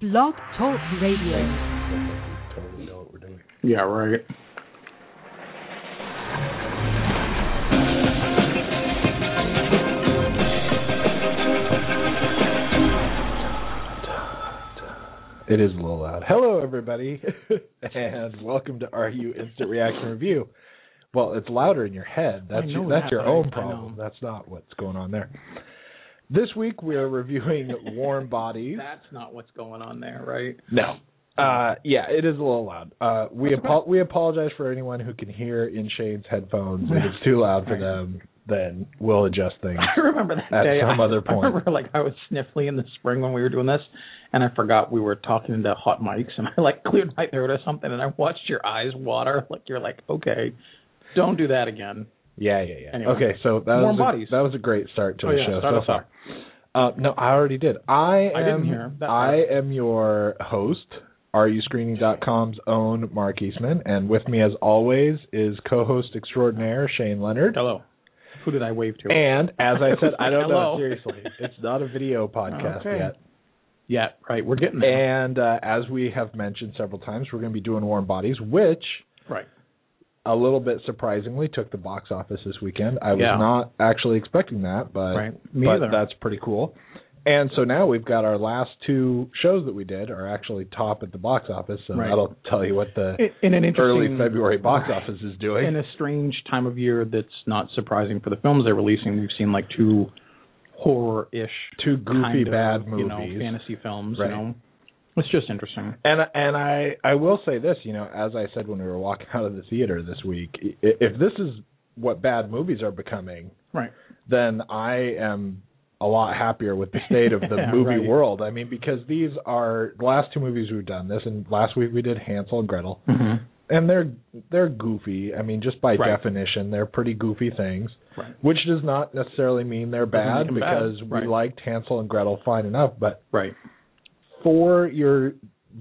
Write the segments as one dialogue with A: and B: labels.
A: Blog Talk Radio.
B: That's totally know what we're doing.
C: Yeah, right.
B: It is a little loud. Hello, everybody, and welcome to RU Instant Reaction Review. Well, it's louder in your head. That's
C: know
B: that's
C: that,
B: your
C: I- I
B: own
C: know.
B: problem. That's not what's going on there. This week we are reviewing Warm Bodies.
D: That's not what's going on there, right?
B: No. Uh, yeah, it is a little loud. Uh, we apo- we apologize for anyone who can hear in Shane's headphones. If it's too loud for them, then we'll adjust things.
D: I remember that
B: At
D: day.
B: some
D: I,
B: other
D: I
B: point.
D: remember like I was sniffly in the spring when we were doing this, and I forgot we were talking into hot mics, and I like cleared my throat or something, and I watched your eyes water. Like you're like, okay, don't do that again.
B: Yeah, yeah, yeah.
D: Anyway.
B: Okay, so that
D: Warm
B: was
D: bodies.
B: A, that was a great start to
D: Oh,
B: the
D: yeah,
B: show
D: start
B: so
D: us
B: far. Uh, no, I already did. I am
D: I didn't hear that part.
B: I am your host, ruscreening.com's own Mark Eastman, and with me as always is co-host extraordinaire Shane Leonard.
D: Hello. Who did I wave to?
B: And as I said, I don't know
D: Hello.
B: seriously. It's not a video podcast
D: Okay.
B: yet.
D: yeah, right. We're getting there.
B: And uh, as we have mentioned several times, we're going to be doing Warm Bodies, which
D: right.
B: a little bit surprisingly took the box office this weekend. I was
D: Yeah.
B: not actually expecting that, but
D: Right. Me
B: but
D: either.
B: that's pretty cool. And so now we've got our last two shows that we did are actually top at the box office. So
D: Right.
B: that'll tell you what the
D: In, in an
B: early
D: interesting
B: February box office is doing.
D: in a strange time of year that's not surprising for the films they're releasing. We've seen like two horror-ish,
B: Two goofy
D: kind of,
B: bad
D: you know,
B: movies.
D: fantasy films.
B: Right.
D: You know, it's just interesting.
B: And and I I will say this, you know, as I said when we were walking out of the theater this week, i- if this is what bad movies are becoming,
D: Right.
B: then I am a lot happier with the state of the
D: Yeah,
B: movie
D: right.
B: world. I mean, because these are the last two movies we've done this, and last week we did Hansel and Gretel, and they're they're goofy. I mean, just by
D: Mm-hmm. Right.
B: definition, they're pretty goofy things,
D: Right.
B: which does not necessarily mean they're bad
D: make them bad,
B: because we
D: right.
B: liked Hansel and Gretel fine enough. But
D: Right.
B: for your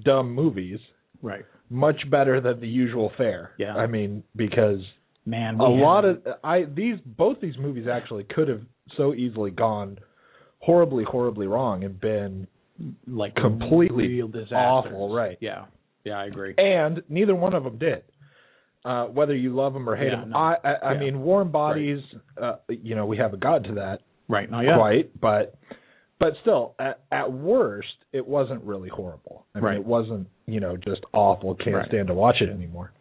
B: dumb movies,
D: Right.
B: much better than the usual fare.
D: Yeah.
B: I mean, because
D: Man,
B: a
D: we had-
B: lot of I these both these movies actually could have so easily gone horribly horribly wrong and been
D: like
B: completely
D: real disasters.
B: awful, right.
D: Yeah. Yeah, I agree.
B: and neither one of them did. Uh, whether you love them or hate
D: Yeah,
B: them,
D: no.
B: I I, I
D: Yeah.
B: mean, Warm Bodies. Uh, you know, we haven't gotten to that
D: Right. Now, Oh, yeah.
B: quite, but but still, at, at worst, it wasn't really horrible. I mean,
D: Right.
B: it wasn't you know just awful. Can't
D: Right.
B: stand to watch it anymore.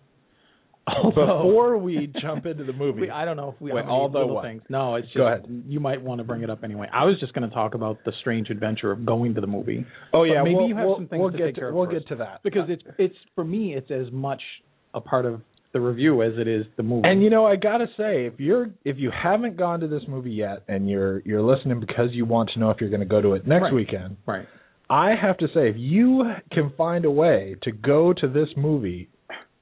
D: Although-
B: Before we jump into the movie,
D: we, I don't know if we
B: Wait,
D: have any
B: although
D: little
B: what?
D: things. No, it's just
B: Go
D: you might want to bring it up anyway. I was just going to talk about the strange adventure of going to the movie.
B: oh
D: But
B: yeah,
D: maybe
B: we'll,
D: you have
B: we'll,
D: some things
B: we'll
D: to
B: get
D: take
B: to
D: care of
B: we'll get
D: first.
B: to that
D: because it's it's for me it's as much a part of the review as it is the movie.
B: And you know, I gotta say, if you're if you haven't gone to this movie yet, and you're you're listening because you want to know if you're going to go to it next
D: Right.
B: weekend,
D: right.
B: I have to say, if you can find a way to go to this movie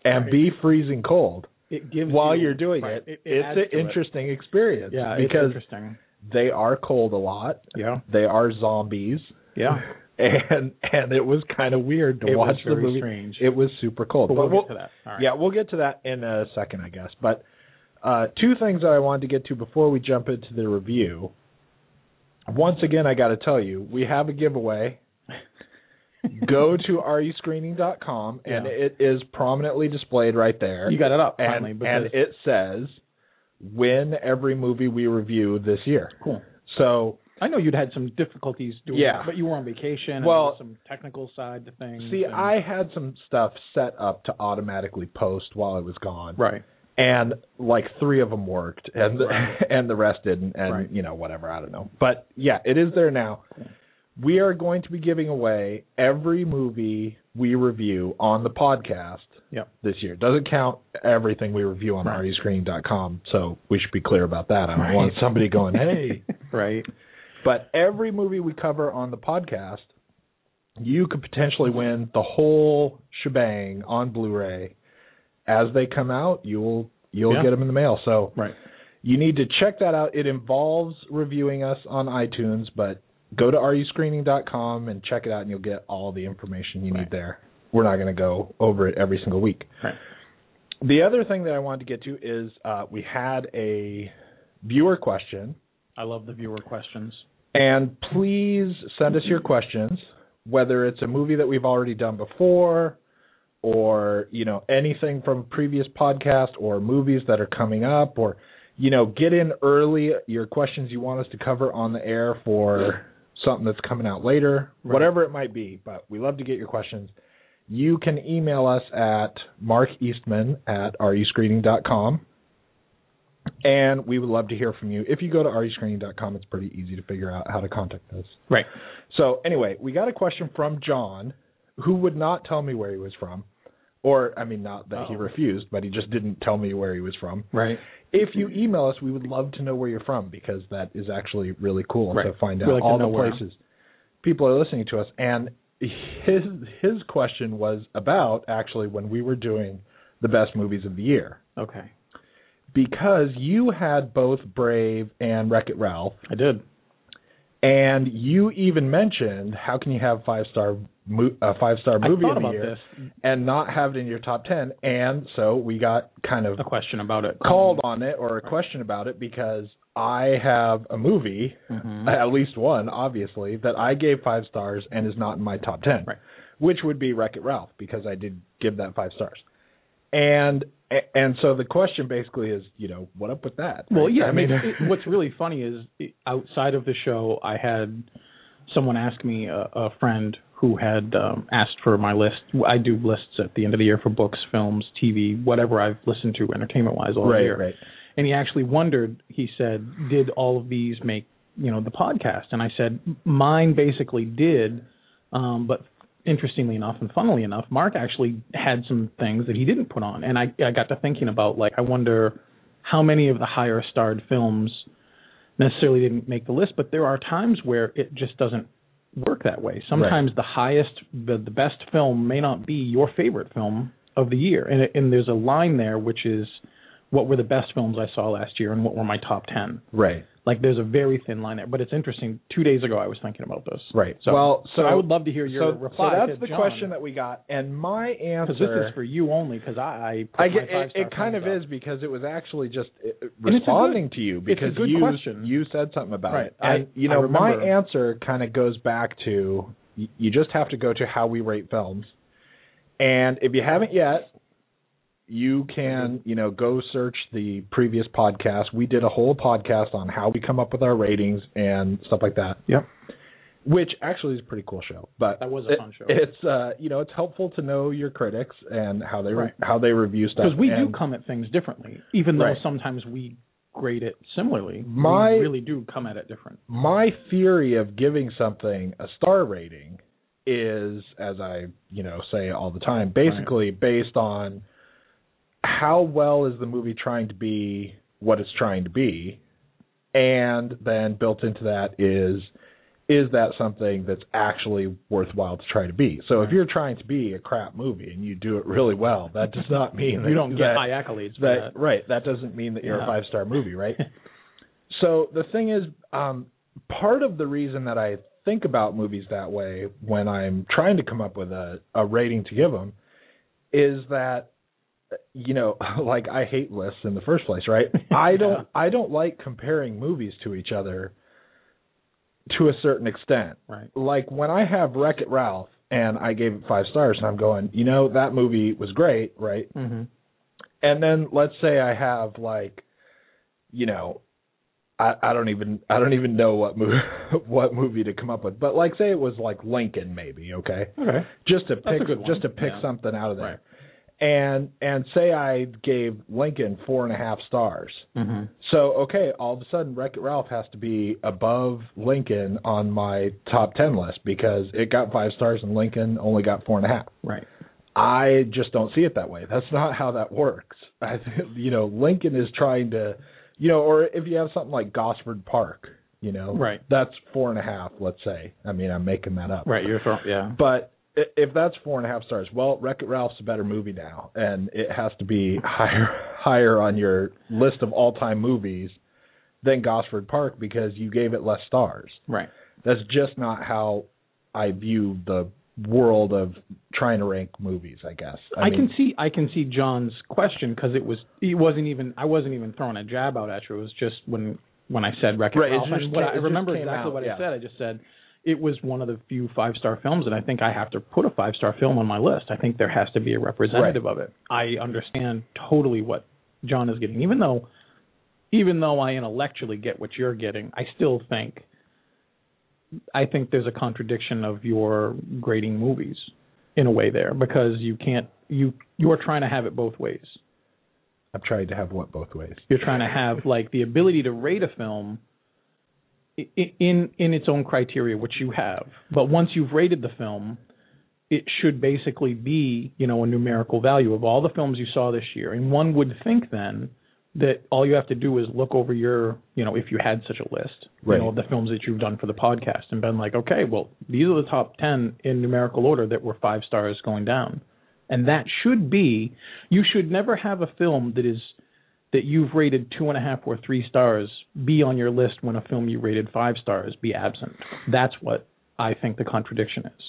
B: and
D: Right.
B: be freezing cold
D: It gives
B: while
D: you-
B: you're doing
D: right,
B: it,
D: adds
B: it's
D: to
B: an
D: it.
B: interesting experience.
D: Yeah, it's
B: because
D: interesting.
B: they are cold a lot.
D: Yeah.
B: They are zombies.
D: Yeah.
B: And and it was kind of weird to
D: It was
B: watch the
D: very
B: movie.
D: strange.
B: It was super cold.
D: But we'll
B: we'll-
D: get to that. All right.
B: yeah, we'll get to that in a second, I guess. But uh, two things that I wanted to get to before we jump into the review. Once again, I got to tell you, we have a giveaway. Go to E ruscreening.com, and
D: Yeah.
B: it is prominently displayed right there.
D: You got it up
B: and,
D: finally
B: and
D: because
B: it says win every movie we review this year.
D: cool.
B: So,
D: I know you'd had some difficulties doing
B: Yeah.
D: it, but you were on vacation. and
B: Well-
D: there was some technical side to things.
B: see,
D: and-
B: I had some stuff set up to automatically post while I was gone.
D: right,
B: and like three of them worked and the,
D: Right.
B: and the rest didn't and
D: Right.
B: you know whatever i don't know but yeah it is there now we are going to be giving away every movie we review on the podcast
D: Yep.
B: this year doesn't count everything we review on
D: Right.
B: rescreening.com so we should be clear about that i don't
D: Right.
B: want somebody going hey
D: right,
B: but every movie we cover on the podcast you could potentially win the whole shebang on blu-ray as they come out you'll you'll
D: Yeah.
B: get them in the mail so
D: right.
B: you need to check that out it involves reviewing us on itunes but go to ruscreening.com and check it out and you'll get all the information you need
D: Right.
B: there we're not going to go over it every single week
D: Right.
B: the other thing that i wanted to get to is uh, we had a viewer question
D: I love the viewer questions.
B: and please send us your questions. whether it's a movie that we've already done before or you know anything from previous podcast or movies that are coming up or you know get in early your questions you want us to cover on the air for something that's coming out later
D: Right.
B: whatever it might be but we love to get your questions you can email us at markeastman at ruscreening.com and we would love to hear from you if you go to ruscreening.com it's pretty easy to figure out how to contact us
D: Right.
B: so anyway, we got a question from John, who would not tell me where he was from, or I mean, not that he
D: Oh.
B: refused, but he just didn't tell me where he was from.
D: Right.
B: If you email us, we would love to know where you're from because that is actually really cool
D: Right.
B: to find
D: We
B: out
D: like to
B: all
D: know
B: the
D: where.
B: places people are listening to us. And his his question was about actually when we were doing the best movies of the year
D: Okay.
B: because you had both Brave and Wreck It Ralph.
D: I did.
B: And you even mentioned how can you have five star mo- uh, five star movie
D: I
B: of
D: thought
B: the
D: about
B: year
D: this.
B: and not have it in your top ten? And so we got kind of
D: A question about it.
B: called
D: Mm-hmm.
B: on it or a question about it because I have a movie,
D: Mhm.
B: at least one, obviously, that I gave five stars and is not in my top ten,
D: Right.
B: which would be Wreck It Ralph because I did give that five stars. And and so the question basically is, you know, what up with that?
D: Well,
B: right?
D: yeah. I mean, it, what's really funny is it- outside of the show, I had someone ask me a, a friend who had um, asked for my list. I do lists at the end of the year for books, films, TV, whatever I've listened to entertainment wise all
B: right,
D: year.
B: right.
D: And he actually wondered. He said, "Did all of these make you know the podcast?" And I said, "Mine basically did, um, but." Interestingly enough, and funnily enough, Mark actually had some things that he didn't put on, and I, I got to thinking about like I wonder how many of the higher starred films necessarily didn't make the list, but there are times where it just doesn't work that way. Sometimes the highest, the, the best film may not be your favorite film of the year, and it- and there's a line there which is what were the best films I saw last year and what were my top ten.
B: Right.
D: Like there's a very thin line there, but it's interesting. Two days ago, I was thinking about this.
B: Right.
D: So,
B: Well,
D: so
B: so-
D: I would love to hear your
B: so,
D: reply.
B: so
D: to
B: that's the
D: John,
B: question that we got, and my answer.
D: because this is for you only. Because I, I put
B: I
D: my
B: get it,
D: five-star
B: it kind of
D: films up.
B: is because it was actually just uh,
D: good-
B: responding to you
D: a
B: because
D: good
B: you
D: question.
B: you said something about
D: Right.
B: it. And
D: I-
B: you
D: I
B: know, my
D: remember.
B: answer kind of goes back to y- you just have to go to how we rate films, and if you haven't yet, you can
D: Mm-hmm.
B: you know go search the previous podcast. We did a whole podcast on how we come up with our ratings and stuff like that
D: Yep.
B: which actually is a pretty cool show. But
D: That was a fun
B: it-
D: show.
B: It's uh, you know, it's helpful to know your critics and how they re-
D: Right.
B: how they review stuff.
D: because we do
B: And
D: come at things differently, even though
B: Right.
D: sometimes we grade it similarly.
B: My-
D: we really do come at it different.
B: my theory of giving something a star rating is, as I you know say all the time, basically based on how well is the movie trying to be what it's trying to be, and then built into that is is that something that's actually worthwhile to try to be? So if you're trying to be a crap movie and you do it really well, that does not mean that
D: You don't get
B: that-
D: high accolades for
B: that,
D: that.
B: right that doesn't mean that you're
D: Yeah.
B: a five star movie right so the thing is um part of the reason that i think about movies that way when i'm trying to come up with a, a rating to give them is that you know like i hate lists in the first place right i don't i don't like comparing movies to each other to a certain extent
D: Right.
B: like when I have Wreck It Ralph and I gave it five stars and I'm going, you know, that movie was great, right?
D: Mm-hmm.
B: And then let's say I have like, you know, I, I don't even I don't even know what movie what movie to come up with, but like say it was like Lincoln maybe, okay,
D: Okay.
B: just to
D: That's a
B: pick
D: good one.
B: just to pick
D: Yeah.
B: something out of there,
D: Right.
B: and and say I gave Lincoln four and a half stars.
D: Mm-hmm.
B: So okay, all of a sudden, Wreck It Ralph has to be above Lincoln on my top ten list because it got five stars and Lincoln only got four and a half.
D: Right.
B: I just don't see it that way. That's not how that works. I, think you know, Lincoln is trying to, you know, or if you have something like Gosford Park, you know,
D: Right.
B: That's four and a half. Let's say. I mean, I'm making that up.
D: Right. You're throwing. Yeah.
B: But i- if that's four and a half stars, well, Wreck It Ralph's a better movie now, and it has to be higher higher on your list of all time movies than Gosford Park because you gave it less stars.
D: Right.
B: That's just not how I view the world of trying to rank movies. I guess
D: I, can see I can see John's question because it was it wasn't even I wasn't even throwing a jab out at you. It was just when when I said record
B: Right, it
D: Ralph,
B: just
D: what
B: came-
D: I
B: it just
D: remember
B: came
D: exactly
B: out,
D: what I
B: yeah.
D: said. I just said it was one of the few five star films that I think I have to put a five star film on my list. I think there has to be a representative of it. I understand totally what John is getting, even though even though I intellectually get what you're getting, I still think I think there's a contradiction of your grading movies in a way there because you can't you you're trying to have it both ways.
B: I've tried to have what both ways.
D: You're trying to have like the ability to rate a film i- i- in in its own criteria, which you have. But once you've rated the film, it should basically be you know a numerical value of all the films you saw this year. And one would think then that all you have to do is look over your you know if you had such a list
B: Right.
D: you know of the films that you've done for the podcast and been like okay well these are the top 10 in numerical order that were five stars going down and that should be you should never have a film that is that you've rated two and a half or three stars be on your list when a film you rated five stars be absent. That's what I think the contradiction is.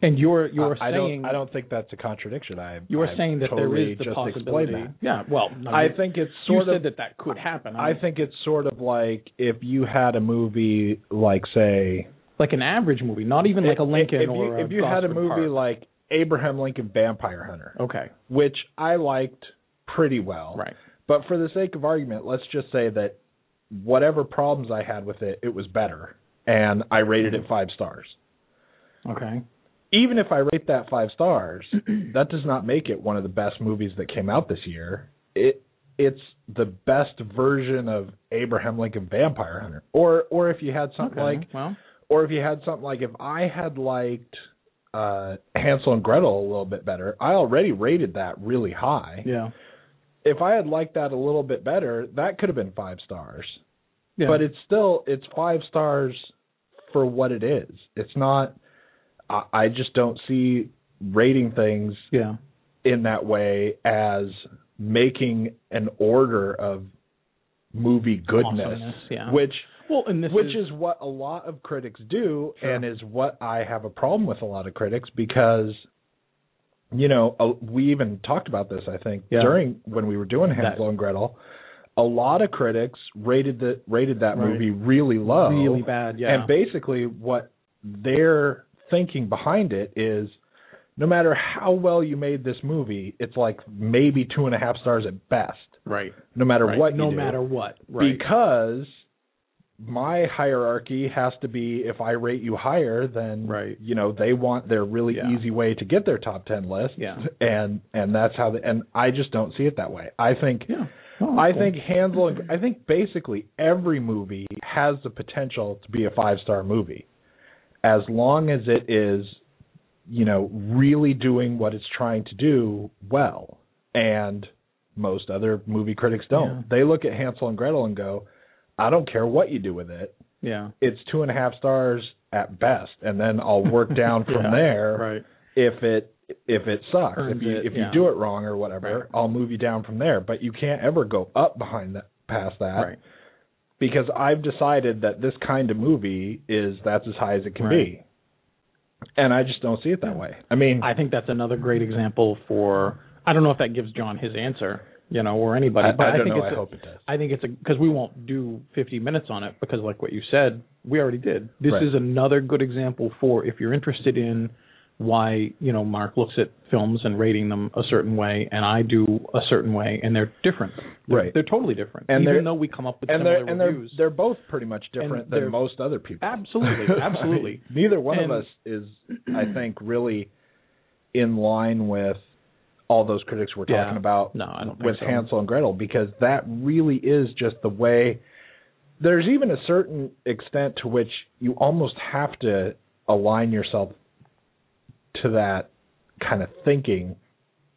D: And you're you're
B: I, I
D: saying
B: don't. I don't think that's a contradiction. I
D: you're
B: I
D: saying that there
B: totally
D: is the
B: just explained
D: possibility.
B: that.
D: Yeah, well, no,
B: I
D: you,
B: think it's
D: you
B: sort
D: said
B: of.
D: that that could happen.
B: I think it's sort of like if you had a movie like say
D: like an average movie, not even like a Lincoln
B: if you,
D: or a
B: if you had a
D: Gosford
B: movie
D: Park.
B: like Abraham Lincoln Vampire Hunter,
D: okay,
B: which I liked pretty well.
D: right,
B: But for the sake of argument, let's just say that whatever problems I had with it, it was better, and I rated it five stars.
D: okay,
B: Even if I rate that five stars, that does not make it one of the best movies that came out this year. It it's the best version of Abraham Lincoln Vampire Hunter, or or if you had something
D: okay.
B: like,
D: well,
B: or if you had something like, if I had liked uh, Hansel and Gretel a little bit better, I already rated that really high
D: yeah,
B: if I had liked that a little bit better, that could have been five stars.
D: yeah,
B: But it's still it's five stars for what it is. It's not. I, I just don't see rating things
D: yeah,
B: in that way as making an order of movie goodness,
D: Awesomeness, yeah.
B: which
D: well, and this
B: which
D: is
B: is, what a lot of critics do
D: Sure.
B: and is what I have a problem with a lot of critics because you know uh, we even talked about this I think
D: Yeah.
B: during when we were doing Hansel and Gretel a lot of critics rated the rated that
D: Right.
B: movie really low
D: really bad. Yeah,
B: and basically what their thinking behind it is no matter how well you made this movie it's like maybe two and a half stars at best
D: right.
B: no matter
D: right.
B: what
D: no
B: you do
D: matter what, right?
B: because my hierarchy has to be if I rate you higher, then
D: Right.
B: you know they want their really
D: Yeah.
B: easy way to get their top ten list,
D: Yeah.
B: and and that's how the and I just don't see it that way. I think
D: yeah, Oh,
B: I
D: okay.
B: think Hansel, and- I think basically every movie has the potential to be a five star movie, as long as it is, you know, really doing what it's trying to do well. And most other movie critics don't.
D: Yeah.
B: They look at Hansel and Gretel and go, "I don't care what you do with it.
D: yeah,
B: It's two and a half stars at best, and then I'll work down from
D: Yeah,
B: there
D: right.
B: if it if it sucks
D: Earned
B: if you
D: it,
B: if
D: yeah.
B: you do it wrong or whatever
D: Right.
B: i'll move you down from there but you can't ever go up behind that past that
D: Right.
B: because i've decided that this kind of movie is that's as high as it can
D: Right.
B: be and i just don't see it that way i mean
D: I think that's another great example for. I don't know if that gives John his answer, you know, or anybody.
B: I-
D: but
B: I don't
D: think
B: know.
D: It's
B: I
D: a-
B: hope it does.
D: I think it's a because we won't do 50 minutes on it because, like what you said, we already did. This
B: Right.
D: is another good example for if you're interested in why you know Mark looks at films and rating them a certain way, and I do a certain way, and they're different. They're,
B: Right.
D: They're totally different.
B: And they're-
D: even though we come up with
B: and
D: similar
B: they're and they're
D: reviews,
B: they're both pretty much different
D: they're-
B: than most other people
D: absolutely, absolutely.
B: I mean, neither one
D: And-
B: of us is, I think, really in line with all those critics we're
D: Yeah.
B: talking about
D: No, I don't think
B: with
D: so.
B: Hansel and Gretel because that really is just the way. There's even a certain extent to which you almost have to align yourself to that kind of thinking.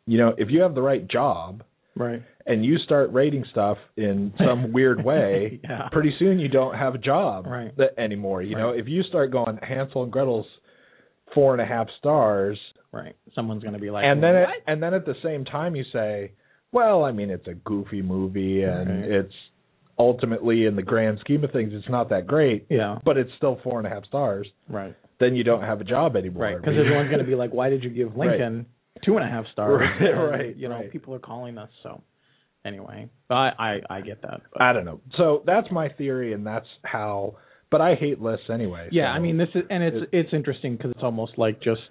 B: You know, if you have the right job
D: Right.
B: and you start rating stuff in some weird way,
D: Yeah.
B: pretty soon you don't have a job
D: Right.
B: that anymore. You know, if you start going Hansel and Gretel's four and a half stars,
D: Right. Someone's going to be like,
B: and then
D: "What?"
B: at, and then at the same time you say, well, I mean, it's a goofy movie and
D: Right.
B: it's ultimately in the grand scheme of things, it's not that great,
D: yeah.
B: but it's still four and a half stars.
D: Right.
B: Then you don't have a job anymore.
D: Right, because everyone's going to be like, "Why did you give
B: Right.
D: Lincoln two and a half stars?"
B: Right,
D: And,
B: right,
D: You know,
B: right.
D: people are calling us. So, anyway, but I I, I get that. But,
B: I don't know. So that's my theory, and that's how But I hate lists anyway.
D: Yeah,
B: so-
D: I mean this is and it's it's interesting because it's almost like just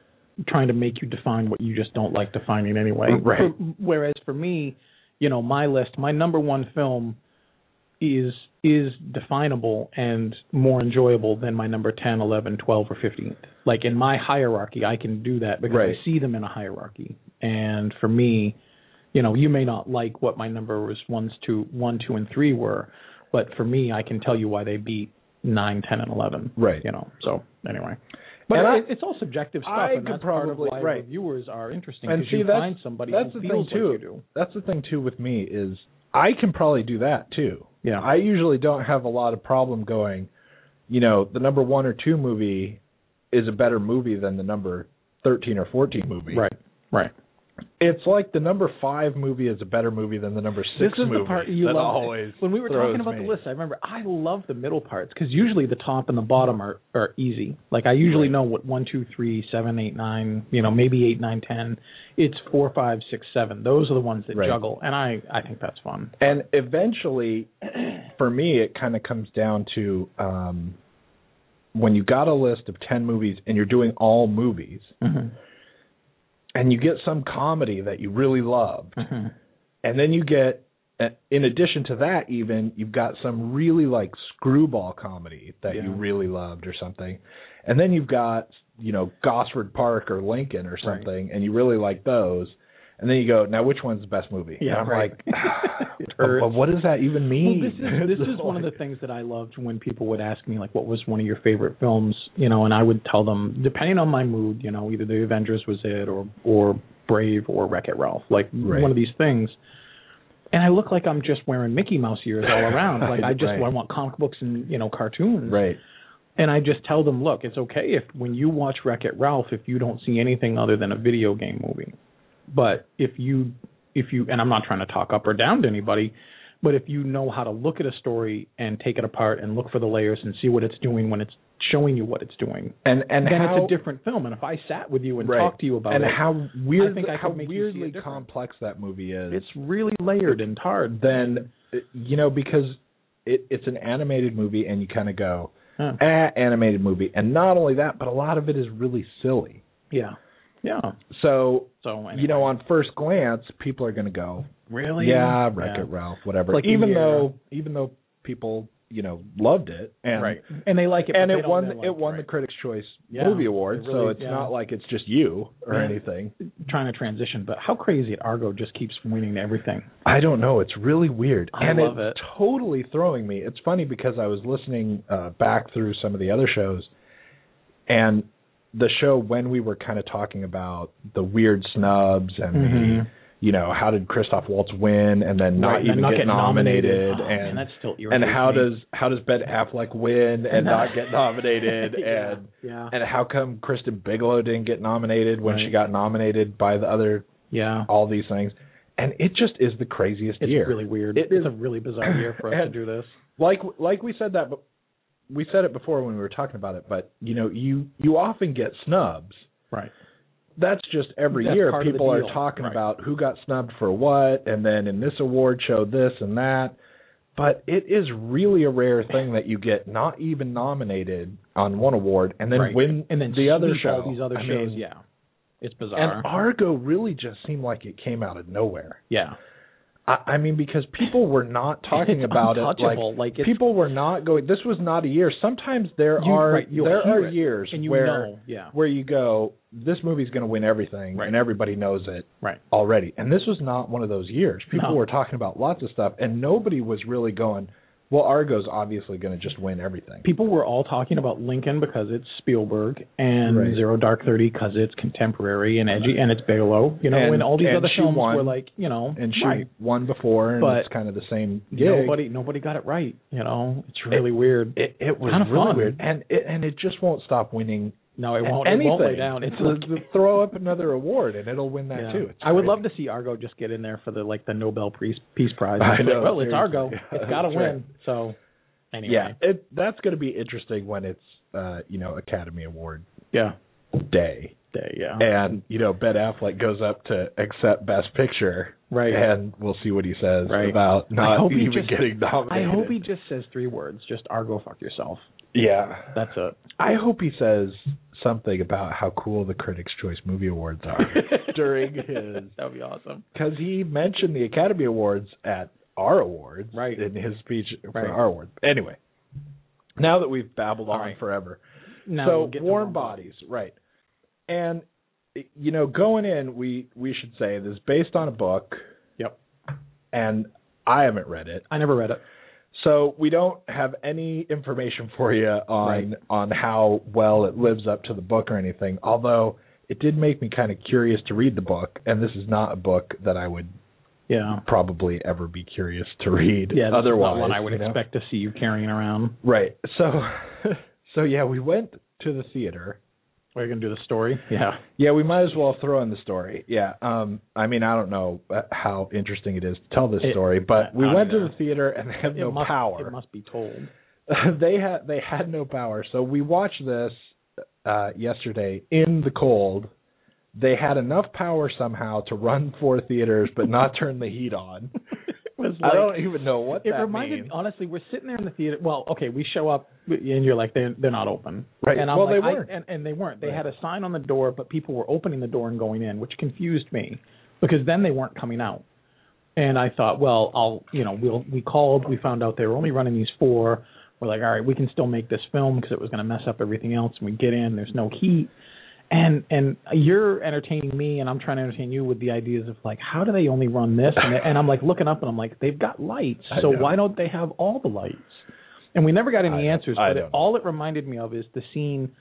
D: trying to make you define what you just don't like defining anyway.
B: Right.
D: For- whereas for me, you know, my list, my number one film is is definable and more enjoyable than my number 10, 11, 12 or 15. Like in my hierarchy, I can do that because
B: Right.
D: I see them in a hierarchy. And for me, you know, you may not like what my number was ones, two, one, two, and three were, but for me, I can tell you why they beat nine, ten, and eleven.
B: Right.
D: You know. So anyway, but
B: And I-
D: it, it's all subjective stuff,
B: I
D: and
B: could
D: that's part of
B: probably-
D: why
B: right.
D: reviewers are interesting
B: and
D: because
B: see
D: you
B: that's
D: find somebody
B: that's
D: who
B: the
D: feels
B: thing too.
D: like you do.
B: That's the thing too with me is I can probably do that too.
D: Yeah.
B: I usually don't have a lot of problem going, you know, the number 1 or 2 movie is a better movie than the number 13 or 14 movie.
D: Right. Right.
B: It's like the number 5 movie is a better movie than the number 6
D: this is
B: movie.
D: the part you
B: that
D: love.
B: always
D: when we were
B: throws
D: talking about
B: me.
D: the list, I remember I love the middle parts because usually the top and the bottom are are easy. Like I usually know what one, two, three, seven, eight, nine. You know, maybe eight, nine, ten. It's four, five, six, seven. Those are the ones that
B: Right.
D: juggle, and I I think that's fun.
B: And eventually, for me, it kind of comes down to um, when you got a list of 10 movies and you're doing all movies,
D: Mm-hmm.
B: and you get some comedy that you really loved,
D: Mm-hmm.
B: and then you get, uh, in addition to that, even, you've got some really like screwball comedy that you
D: Yeah.
B: really loved or something. And then you've got, you know, Gosford Park or Lincoln or
D: Right.
B: something, and you really like those. And then you go, now which one's the best movie?
D: Yeah,
B: and I'm
D: right.
B: like,
D: It
B: but-
D: hurts.
B: but what does that even
D: Well,
B: mean?
D: this is this is one of the things that I loved when people would ask me like, what was one of your favorite films? You know, and I would tell them depending on my mood, you know, either The Avengers was it or or Brave or Wreck It Ralph, like
B: Right.
D: one of these things. And I look like I'm just wearing Mickey Mouse ears all around. Like I just
B: Right.
D: I want comic books and you know cartoons.
B: right.
D: And I just tell them, look, it's okay if when you watch Wreck It Ralph, if you don't see anything other than a video game movie. But if you, if you, and I'm not trying to talk up or down to anybody, but if you know how to look at a story and take it apart and look for the layers and see what it's doing when it's showing you what it's doing,
B: And and
D: then
B: how
D: it's a different film. And if I sat with you and
B: right.
D: talked to you about
B: and
D: it,
B: how weird
D: I think I
B: how
D: could make you see it
B: weirdly
D: different.
B: complex that movie is.
D: it's really layered and tarred.
B: then you know because it, it's an animated movie and you kind of go
D: Huh.
B: ah, animated movie and not only that but a lot of it is really silly.
D: yeah, yeah.
B: So
D: So anyway.
B: you know on first glance people are going to go
D: really,
B: yeah Wreck
D: Yeah.
B: It Ralph whatever
D: Like the
B: even
D: year.
B: though even though people you know loved it and
D: right, and they like it, but
B: and
D: they
B: it
D: don't-
B: won
D: they're like,
B: it won
D: right.
B: the Critics' Choice
D: Yeah,
B: Movie Award,
D: it
B: so
D: really-
B: it's
D: yeah.
B: not like it's just you or
D: Yeah.
B: anything.
D: trying to transition, but how crazy it Argo just keeps winning everything.
B: I don't know. It's really weird,
D: I
B: and
D: love
B: it's
D: it.
B: totally throwing me. It's funny because I was listening uh, back through some of the other shows, and the show when we were kind of talking about the weird snubs and the
D: Mhm.
B: you know how did Christoph Waltz win and then not
D: Right,
B: even
D: and not
B: get,
D: get
B: nominated,
D: nominated. Oh,
B: and
D: man, that still
B: and
D: irritates
B: how
D: me.
B: does how does Ben Affleck win and not get nominated
D: Yeah,
B: and
D: yeah.
B: and how come Kristen Bigelow didn't get nominated when she
D: Right.
B: got nominated by the other
D: Yeah.
B: all these things and it just is the craziest
D: It's
B: year
D: really weird.
B: It is-
D: it's a really bizarre year for us to do this.
B: like like we said that but we said it before when we were talking about it but you know you you often get snubs
D: Right.
B: that's just every
D: That's
B: year
D: part of the
B: people are
D: deal.
B: talking
D: Right.
B: about who got snubbed for what and then in this award show this and that but it is really a rare thing that you get not even nominated on one award and then
D: right.
B: win
D: and then
B: the other
D: sweep
B: show
D: all these other
B: I
D: shows.
B: mean,
D: yeah. It's bizarre.
B: and argo really just seemed like it came out of nowhere
D: yeah.
B: I, I mean, because people were not talking
D: It's
B: about it. Like,
D: untouchable, like, it's-
B: people were not going. This was not a year. Sometimes there
D: You-
B: are
D: right, you'll
B: there
D: hear
B: are
D: it,
B: years
D: and you
B: where
D: know, yeah.
B: where you go, this movie's going to win everything,
D: Right.
B: and everybody knows it
D: Right.
B: already. And this was not one of those years. People
D: No.
B: were talking about lots of stuff, and nobody was really going. Well, Argo's obviously going to just win everything.
D: People were all talking about Lincoln because it's Spielberg and
B: Right.
D: Zero Dark Thirty because it's contemporary and edgy and it's Bigelow, you know,
B: And-
D: and, all these
B: and
D: other
B: she
D: films
B: won.
D: were like, you know,
B: And she
D: right.
B: won before, and
D: But
B: it's kind of the same. Gig.
D: nobody nobody got it right, you know. It's really weird.
B: It, it was
D: Kinda
B: really
D: fun.
B: weird, and it, and it just won't stop winning
D: no, it won't
B: anything.
D: it won't lay down. It's
B: Th-
D: like-
B: th- throw up another award and it'll win that
D: Yeah.
B: too. It's
D: I would
B: crazy.
D: love to see Argo just get in there for the like the Nobel Peace Peace Prize.
B: I
D: It's
B: know,
D: like, well, it's
B: seriously.
D: Argo.
B: Yeah,
D: It's got to
B: that's
D: win.
B: right.
D: So anyway,
B: Yeah, it, that's going to be interesting when it's uh, you know Academy Award
D: yeah,
B: day,
D: Day, yeah.
B: and you know Ben Affleck goes up to accept Best Picture,
D: Right.
B: and we'll see what he says
D: Right.
B: about not
D: hope he
B: even
D: just-
B: getting
D: I
B: nominated.
D: hope he just says three words: just Argo, fuck yourself.
B: Yeah.
D: That's it.
B: I hope he says something about how cool the Critics' Choice Movie Awards are during his
D: that would be awesome.
B: because he mentioned the Academy Awards at our awards
D: Right.
B: in his speech for
D: Right.
B: our award. Anyway, now that we've babbled
D: All
B: on
D: right.
B: forever,
D: Now we'll
B: so
D: get to
B: warm bodies, right? And you know, going in, we we should say this is based on a book,
D: Yep.
B: and I haven't read it,
D: I never read it.
B: so we don't have any information for you on on how well it lives up to the book or anything. Although it did make me kind of curious to read the book, and this is not a book that I would
D: Yeah.
B: probably ever be curious to read.
D: Yeah, this
B: otherwise,
D: is not one I would
B: you know?
D: expect to see you carrying around.
B: Right. So, so yeah, we went to the theater.
D: Are you going to do the story? Yeah.
B: Yeah, we might as well throw in the story. Yeah. Um. I mean, I don't know uh, how interesting it is to tell this
D: It-
B: story, but we
D: I don't
B: went to
D: either.
B: the theater and they have no
D: it must,
B: power.
D: It must be told.
B: they had they had no power. So we watched this uh, yesterday in the cold. They had enough power somehow to run four theaters, but not turn the heat on.
D: It was
B: I don't even know what
D: It
B: that
D: reminded
B: means.
D: honestly, we're sitting there in the theater. Well, okay, we show up and you're like they're they're not open.
B: Right.
D: And I'm
B: Well,
D: like,
B: they
D: I-
B: weren't.
D: and, and they weren't. They
B: Right.
D: had a sign on the door, but people were opening the door and going in, which confused me because then they weren't coming out. And I thought, well, I'll you know we'll we called. We found out they were only running these four. We're like, all right, we can still make this film because it was going to mess up everything else. And we get in. There's no heat. And and you're entertaining me, and I'm trying to entertain you with the ideas of like, how do they only run this? And, and I'm like looking up, and I'm like, they've got lights,
B: I
D: so
B: know.
D: why don't they have all the lights? And we never got
B: I
D: any
B: don't-
D: answers,
B: I
D: but
B: don't
D: it,
B: know.
D: all it reminded me of is the scene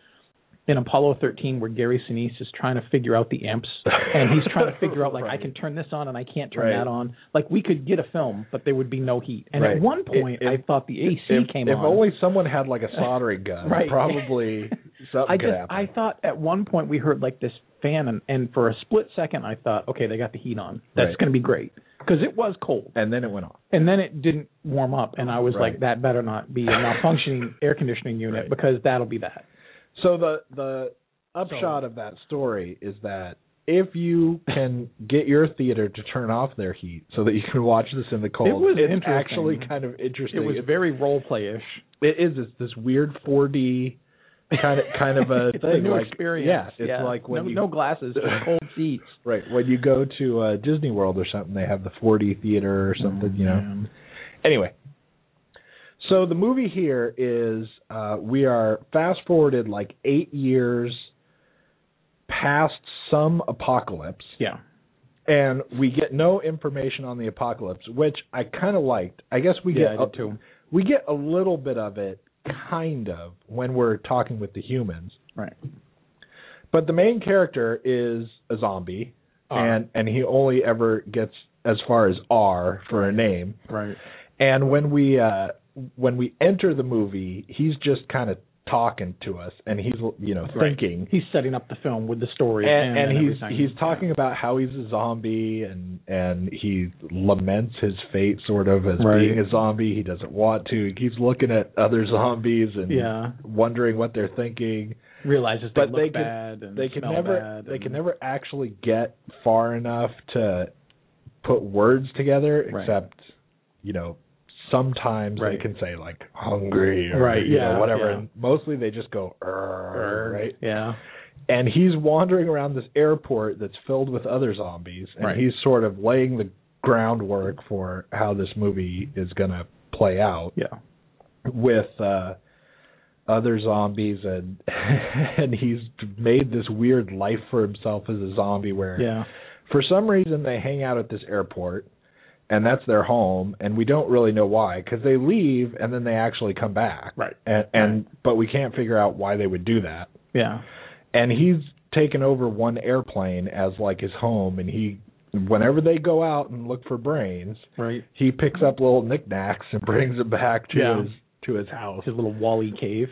D: in Apollo 13 where Gary Sinise is trying to figure out the amps, and he's trying to figure out like
B: Right.
D: I can turn this on and I can't turn
B: Right.
D: that on. Like we could get a film, but there would be no heat. And
B: Right.
D: at one point,
B: If-
D: I thought the AC
B: if,
D: came
B: if
D: on.
B: only someone had like a soldering gun,
D: Right.
B: probably something
D: I
B: could
D: just
B: happen.
D: I thought at one point we heard like this fan, and, and for a split second, I thought, okay, they got the heat on. That's
B: Right.
D: going to be great because it was cold.
B: and then it went off.
D: and then it didn't warm up and i was
B: Right.
D: like that better not be a malfunctioning air conditioning unit
B: Right.
D: because that'll be that
B: So the the upshot of that story is that if you can get your theater to turn off their heat so that you can watch this in the cold,
D: It was
B: it's
D: interesting.
B: actually kind of interesting.
D: it was
B: It-
D: very role playish
B: it is. It's this weird 4D kind of kind of a
D: it's
B: thing.
D: a new
B: like,
D: experience
B: Yeah, it's like when
D: no,
B: you
D: no glasses just cold seats
B: right when you go to uh, Disney World or something, they have the 4D theater or
D: Mm,
B: something. you know. Anyway, so the movie here is uh, we are fast forwarded like eight years past some apocalypse,
D: yeah
B: and we get no information on the apocalypse, which I kind of liked. I guess we get
D: yeah I
B: a,
D: did too
B: we get a little bit of it, kind of, when we're talking with the humans.
D: right
B: But the main character is a zombie,
D: R.
B: and and he only ever gets as far as R for a name.
D: right
B: And when we uh when we enter the movie, he's just kind of talking to us, and he's you know thinking,
D: he's setting up the film with the story
B: and, and
D: and,
B: he's
D: everything.
B: he's talking about how he's a zombie, and and he laments his fate sort of as
D: Right.
B: being a zombie. He doesn't want to. He keeps looking at other zombies and
D: yeah
B: wondering what they're thinking.
D: realizes they
B: But
D: look
B: they can-
D: bad and
B: They can
D: smell
B: never
D: bad
B: they
D: and-
B: can never actually get far enough to put words together,
D: Right.
B: except you know sometimes
D: Right.
B: they can say like hungry or
D: Right,
B: you
D: yeah,
B: know, whatever.
D: yeah.
B: And mostly they just go "Err," right.
D: yeah
B: And he's wandering around this airport that's filled with other zombies, and
D: Right.
B: he's sort of laying the groundwork for how this movie is gonna play out
D: yeah
B: with uh other zombies and and he's made this weird life for himself as a zombie where
D: yeah
B: for some reason they hang out at this airport and that's their home and we don't really know why cuz they leave and then they actually come back
D: Right.
B: and and but we can't figure out why they would do that
D: yeah
B: and he's taken over one airplane as like his home and he whenever they go out and look for brains
D: right
B: he picks up little knickknacks and brings them back to
D: Yeah.
B: his to his house
D: his little wally cave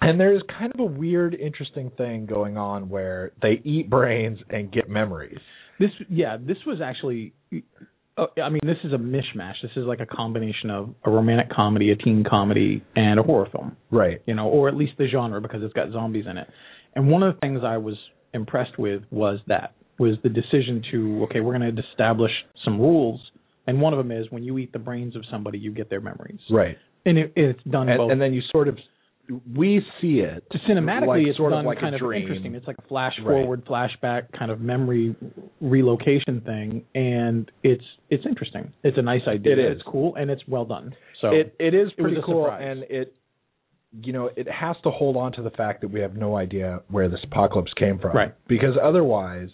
B: and there's kind of a weird, interesting thing going on where they eat brains and get memories.
D: This, yeah, this was actually. uh, I mean, this is a mishmash. This is like a combination of a romantic comedy, a teen comedy, and a horror film.
B: Right.
D: You know, or at least the genre because it's got zombies in it. And one of the things I was impressed with was that was the decision to okay, we're going to establish some rules, and one of them is when you eat the brains of somebody, you get their memories.
B: Right.
D: And it, it's done
B: And,
D: both.
B: and then you sort of we see it
D: cinematically
B: like,
D: it's
B: sort of
D: done
B: like a
D: kind of
B: dream.
D: interesting it's like a flash forward flashback kind of memory relocation thing and it's it's interesting it's a nice idea
B: It is.
D: it's cool and it's well done so
B: it it is
D: was
B: pretty
D: a
B: cool
D: surprise.
B: and it you know it has to hold on to the fact that we have no idea where this apocalypse came from
D: Right.
B: because otherwise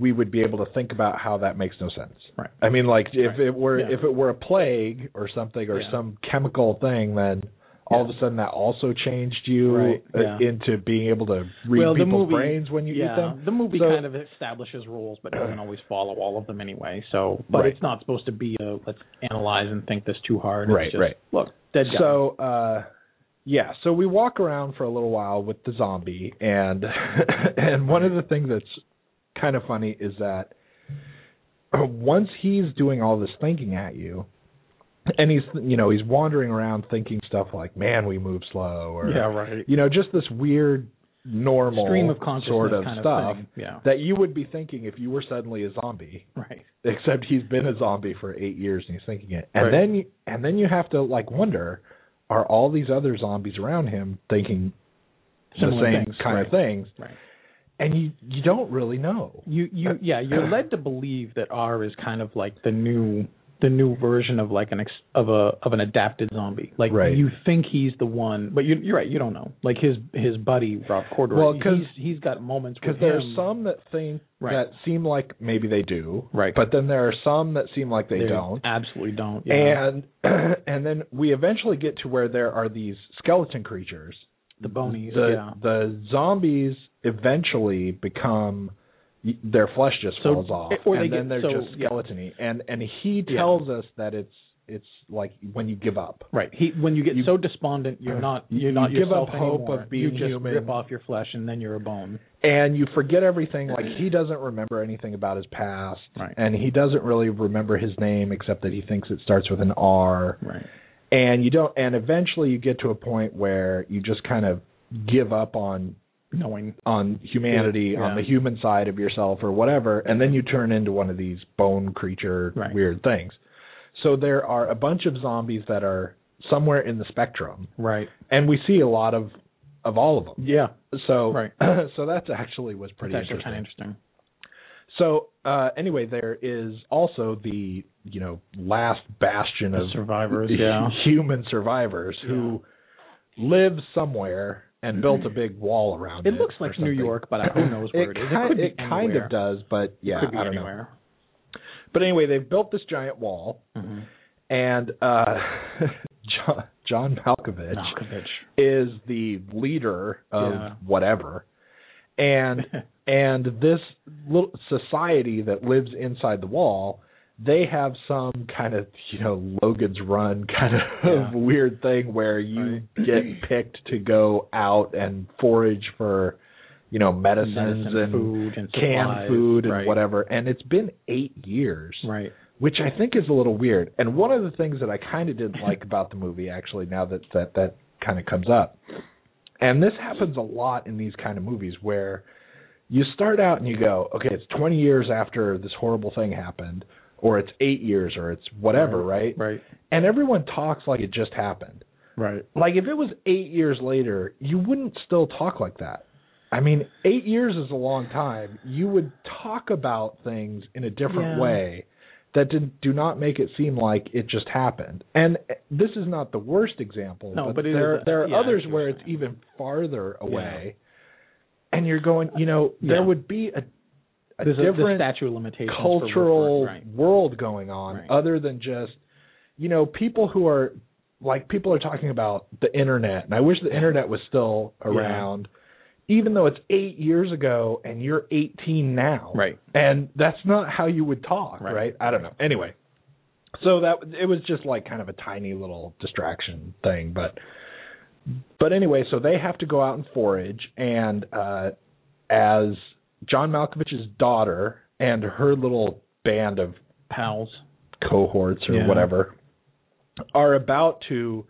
B: we would be able to think about how that makes no sense
D: Right.
B: i mean like if
D: Right.
B: it were
D: Yeah.
B: if it were a plague or something or
D: Yeah.
B: some chemical thing then all of a sudden that also changed you
D: Right,
B: uh,
D: yeah.
B: into being able to read
D: well the
B: people's
D: movie
B: brains when you
D: yeah,
B: eat them
D: the movie
B: So-
D: kind of establishes rules but doesn't always follow all of them anyway so but
B: Right.
D: it's not supposed to be a let's analyze and think this too hard
B: Right,
D: it's just,
B: right.
D: look dead guy.
B: So, uh, yeah, so we walk around for a little while with the zombie, and and one of the things that's kind of funny is that uh, once he's doing all this thinking at you, and he's you know he's wandering around thinking stuff like, "Man, we move slow," or
D: yeah right
B: you know, just this weird normal
D: stream of consciousness
B: sort of
D: kind
B: stuff
D: thing. yeah
B: that you would be thinking if you were suddenly a zombie
D: right
B: except he's been a zombie for eight years and he's thinking it. And
D: Right.
B: then you, and then you have to like wonder, are all these other zombies around him thinking
D: Similar
B: the same
D: things,
B: kind
D: right.
B: of things?
D: right
B: And you you don't really know.
D: you you yeah you're led to believe that R is kind of like the new the new version of like an ex, of a of an adapted zombie like
B: Right.
D: you think he's the one but you, you're right you don't know like his his buddy Rob Corddry
B: Well, 'cause-
D: he's he's got moments
B: Because
D: with
B: there are
D: him.
B: some that think
D: Right.
B: that seem like maybe they do,
D: Right.
B: But then there are some that seem like they
D: They
B: don't.
D: absolutely don't yeah.
B: And and then we eventually get to where there are these skeleton creatures
D: the bonies
B: the
D: yeah
B: the zombies eventually become their flesh just
D: So-
B: falls off
D: or they
B: and then
D: get-
B: they're
D: so,
B: just
D: yeah.
B: skeletony and and he
D: Yeah.
B: tells us that it's it's like when you give up
D: Right. He when you get
B: You- uh,
D: so despondent, you're not
B: You-
D: you're not
B: you give
D: yourself
B: up hope
D: anymore.
B: of being
D: you just
B: human.
D: rip off your flesh and then you're a bone.
B: and you forget everything like he doesn't remember anything about his past
D: Right.
B: and he doesn't really remember his name except that he thinks it starts with an r
D: Right.
B: and you don't and eventually you get to a point where you just kind of give up on
D: Knowing
B: on humanity,
D: Yeah.
B: on the human side of yourself or whatever, and then you turn into one of these bone creature
D: Right.
B: weird things. So there are a bunch of zombies that are somewhere in the spectrum,
D: right.
B: and we see a lot of of all of them.
D: Yeah.
B: So
D: Right.
B: so that's actually was
D: It's
B: pretty
D: actually
B: interesting.
D: kind of interesting.
B: So uh, anyway, there is also the you know last bastion
D: The
B: of
D: survivors, yeah.
B: human survivors who live somewhere and built a big wall around
D: It
B: it.
D: looks
B: or
D: like New
B: something.
D: York, but who knows where it is. It
B: ki-
D: could be
B: it kind
D: anywhere.
B: of does, but yeah,
D: could be
B: I don't know.
D: anywhere.
B: But anyway, they've built this giant wall,
D: Mhm.
B: and uh, John, John Malkovich
D: Malkovich.
B: is the leader of
D: Yeah.
B: whatever, and and this little society that lives inside the wall. They have some kind of you know Logan's Run kind of
D: Yeah.
B: weird thing where you get picked to go out and forage for you know medicines
D: Medicine,
B: and
D: food, and supplies,
B: canned food and
D: right.
B: whatever. And it's been eight years,
D: Right.
B: which I think is a little weird. And one of the things that I kind of didn't like about the movie, actually, now that that, that kind of comes up, and this happens a lot in these kind of movies where you start out and you go, okay, it's 20 years after this horrible thing happened, or it's eight years, or it's whatever, right?
D: Right.
B: And everyone talks like it just happened.
D: Right.
B: Like if it was eight years later, you wouldn't still talk like that. I mean, eight years is a long time. You would talk about things in a different
D: Yeah.
B: way that did, do not make it seem like it just happened. And eh, this is not the worst example,
D: No,
B: but,
D: but it
B: there
D: is a-
B: there are
D: yeah, I see
B: others
D: what
B: where
D: you're
B: it's even farther away. And you're going, you know, there
D: Yeah.
B: would be a, a
D: There's a
B: different
D: the statue of limitations for Woodward,
B: cultural
D: right.
B: world going on
D: Right.
B: other than just you know people who are like people are talking about the internet and i wish the internet was still around even though it's 8 years ago and you're 18 now
D: Right.
B: and that's not how you would talk right,
D: Right.
B: i don't know anyway so that it was just like kind of a tiny little distraction thing but but anyway so they have to go out and forage and uh as John Malkovich's daughter and her little band of
D: Pals.
B: cohorts or
D: Yeah.
B: whatever are about to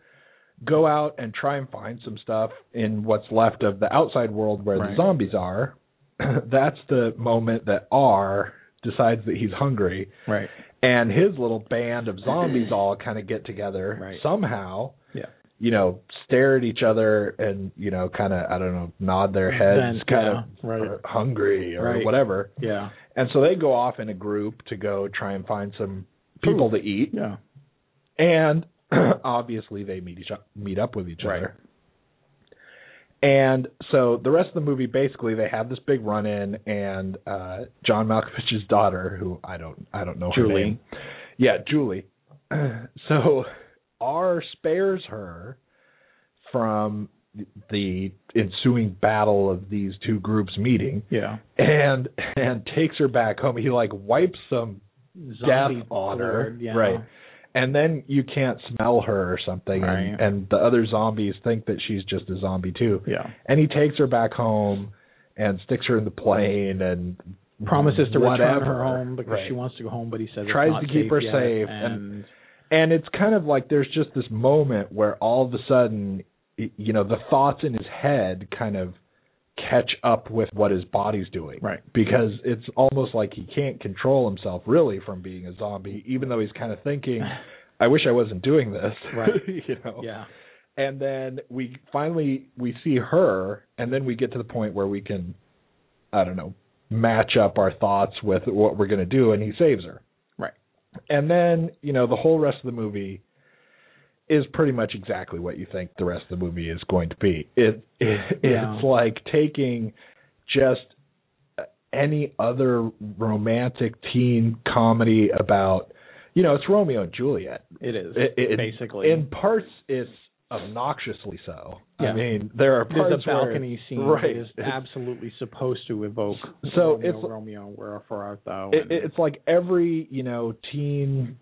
B: go out and try and find some stuff in what's left of the outside world where the
D: Right.
B: zombies are. That's the moment that R decides that he's hungry
D: Right.
B: and his little band of zombies all kind of get together
D: Right.
B: somehow
D: Yeah.
B: you know, stare at each other and you know, kind of I don't know, nod their heads,
D: Vent,
B: kind
D: yeah,
B: of
D: right.
B: hungry or
D: Right.
B: whatever.
D: Yeah.
B: And so they go off in a group to go try and find some people to eat
D: Yeah.
B: and obviously they meet each meet up with each
D: Right.
B: other. And so the rest of the movie, basically, they have this big run in, and uh, John Malkovich's daughter, who I don't I don't know her
D: Julie.
B: name, yeah, Julie. so R spares her from the ensuing battle of these two groups meeting,
D: Yeah.
B: and and takes her back home. He like wipes some
D: Zombie
B: death on her,
D: horde, yeah.
B: right? And then you can't smell her or something, and,
D: Right.
B: and the other zombies think that she's just a zombie too.
D: Yeah.
B: And he takes her back home and sticks her in the plane and
D: Promises to return
B: whatever.
D: her home because
B: Right.
D: she wants to go home, but he says it's
B: Tries
D: not
B: to keep her
D: yet,
B: safe, and-
D: and
B: And it's kind of like there's just this moment where all of a sudden, y- you know, the thoughts in his head kind of catch up with what his body's doing.
D: Right.
B: Because it's almost like he can't control himself really from being a zombie, even though he's kind of thinking, I wish I wasn't doing this.
D: Right.
B: you know?
D: yeah,
B: And then we finally we see her and then we get to the point where we can I don't know, match up our thoughts with what we're gonna do and he saves her.
D: right.
B: And then, you know, the whole rest of the movie is pretty much exactly what you think the rest of the movie is going to be. It, it
D: Yeah.
B: it's like taking just any other romantic teen comedy about, you know, it's Romeo and Juliet.
D: It is
B: It, it-
D: basically.
B: in parts it's obnoxiously so. I
D: Yeah.
B: mean, there are parts
D: There's a
B: where-
D: balcony scene
B: right?
D: that is absolutely supposed to evoke
B: So
D: Romeo,
B: it's-
D: Romeo, wherefore art thou?
B: it,
D: and-
B: it- it's like every you know teen